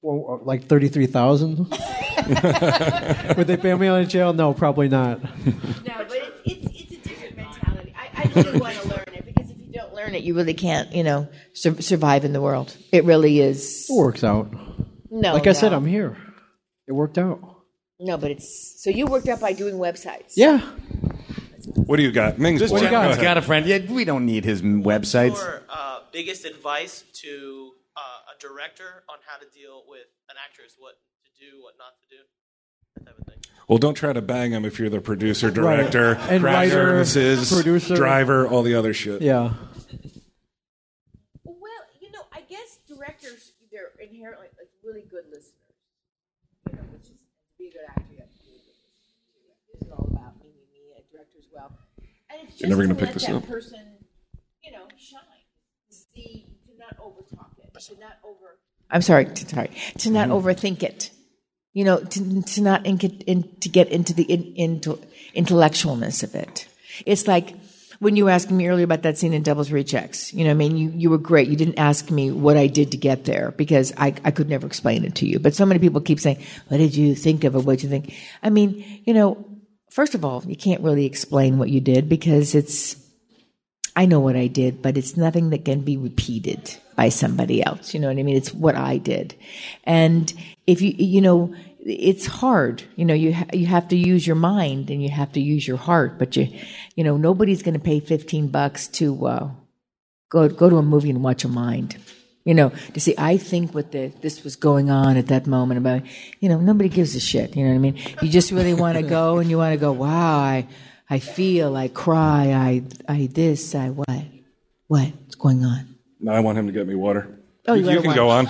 four, like thirty three thousand. Would they bail me out of jail? No, probably not.
No, but it's, it's, it's a different mentality. I, I really want to learn it because if you don't learn it, you really can't, you know, sur- survive in the world. It really is.
It works out.
No,
Like I said,
no.
I'm here. It worked out.
No, but it's so you worked out by doing websites.
Yeah.
What do you got? Ming's
This
boy.
you got?
Go
gentleman's
ahead.
got a friend. Yeah, we don't need his m- websites.
your uh, biggest advice to uh, a director on how to deal with an actress, what to do, what not to do, that type of thing.
Well, don't try to bang them if you're the producer, director,
And
craft
writer,
services,
producer.
driver, all the other shit.
Yeah.
Well, you know, I guess directors they're inherently like really good listeners. You know, which is to be a good actor, you have to be a good listener. This is all about me, me, me, a director as well. And it's just
You're never
to
gonna pick
let
this
that
up.
person, you know, shine. See, to not overtalk it, to not over. I'm sorry, to, sorry, to not
Mm-hmm.
overthink it. You know, to to not in, get in, to get into the in, into intellectualness of it. It's like when you were asking me earlier about that scene in Devil's Rejects. You know, what I mean, you you were great. You didn't ask me what I did to get there because I I could never explain it to you. But so many people keep saying, "What did you think of it? What did you think?" I mean, you know, first of all, you can't really explain what you did because it's I know what I did, but it's nothing that can be repeated by somebody else. You know what I mean? It's what I did. And if you, you know, it's hard. You know, you, ha- you have to use your mind and you have to use your heart, but you, you know, nobody's going to pay 15 bucks to, uh, go, go to a movie and watch a mind. You know, to see, I think what the, this was going on at that moment about, you know, nobody gives a shit. You know what I mean? You just really want to go and you want to go, wow, I, I feel, I cry, I, I this, I what, what, what's going on?
No, I want him to get me water.
Oh, you
you
gotta
can go on.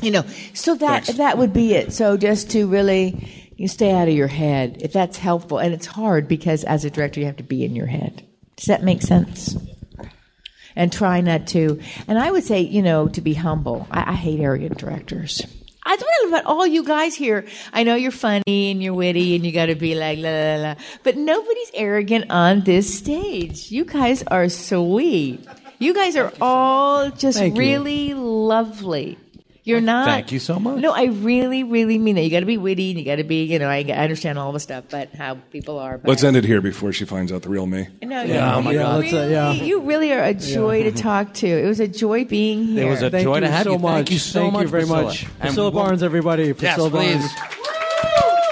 you know so that that would be it so just to really you stay out of your head if that's helpful and it's hard because as a director you have to be in your head does that make sense and try not to and i would say you know to be humble i, I hate arrogant directors I don't know about all you guys here. I know you're funny and you're witty and you got to be like la la la, but nobody's arrogant on this stage. You guys are sweet. You guys are all just
Thank you.
really lovely. You're not.
Thank you so much.
No, I really, really mean that. You got to be witty and you got to be, you know, I, I understand all the stuff, but how people are. But
Let's end it here before she finds out the real me.
No, yeah, you,
God.
Really,
Let's, uh, yeah.
you really are a joy to talk to. It was a joy being here.
It was a
Thank
joy
you
to have
so
you.
much.
Thank you so
Thank
much,
you very
Priscilla.
much.
And
Priscilla
we'll-
Barnes, everybody.
Yes,
Priscilla
please.
Barnes.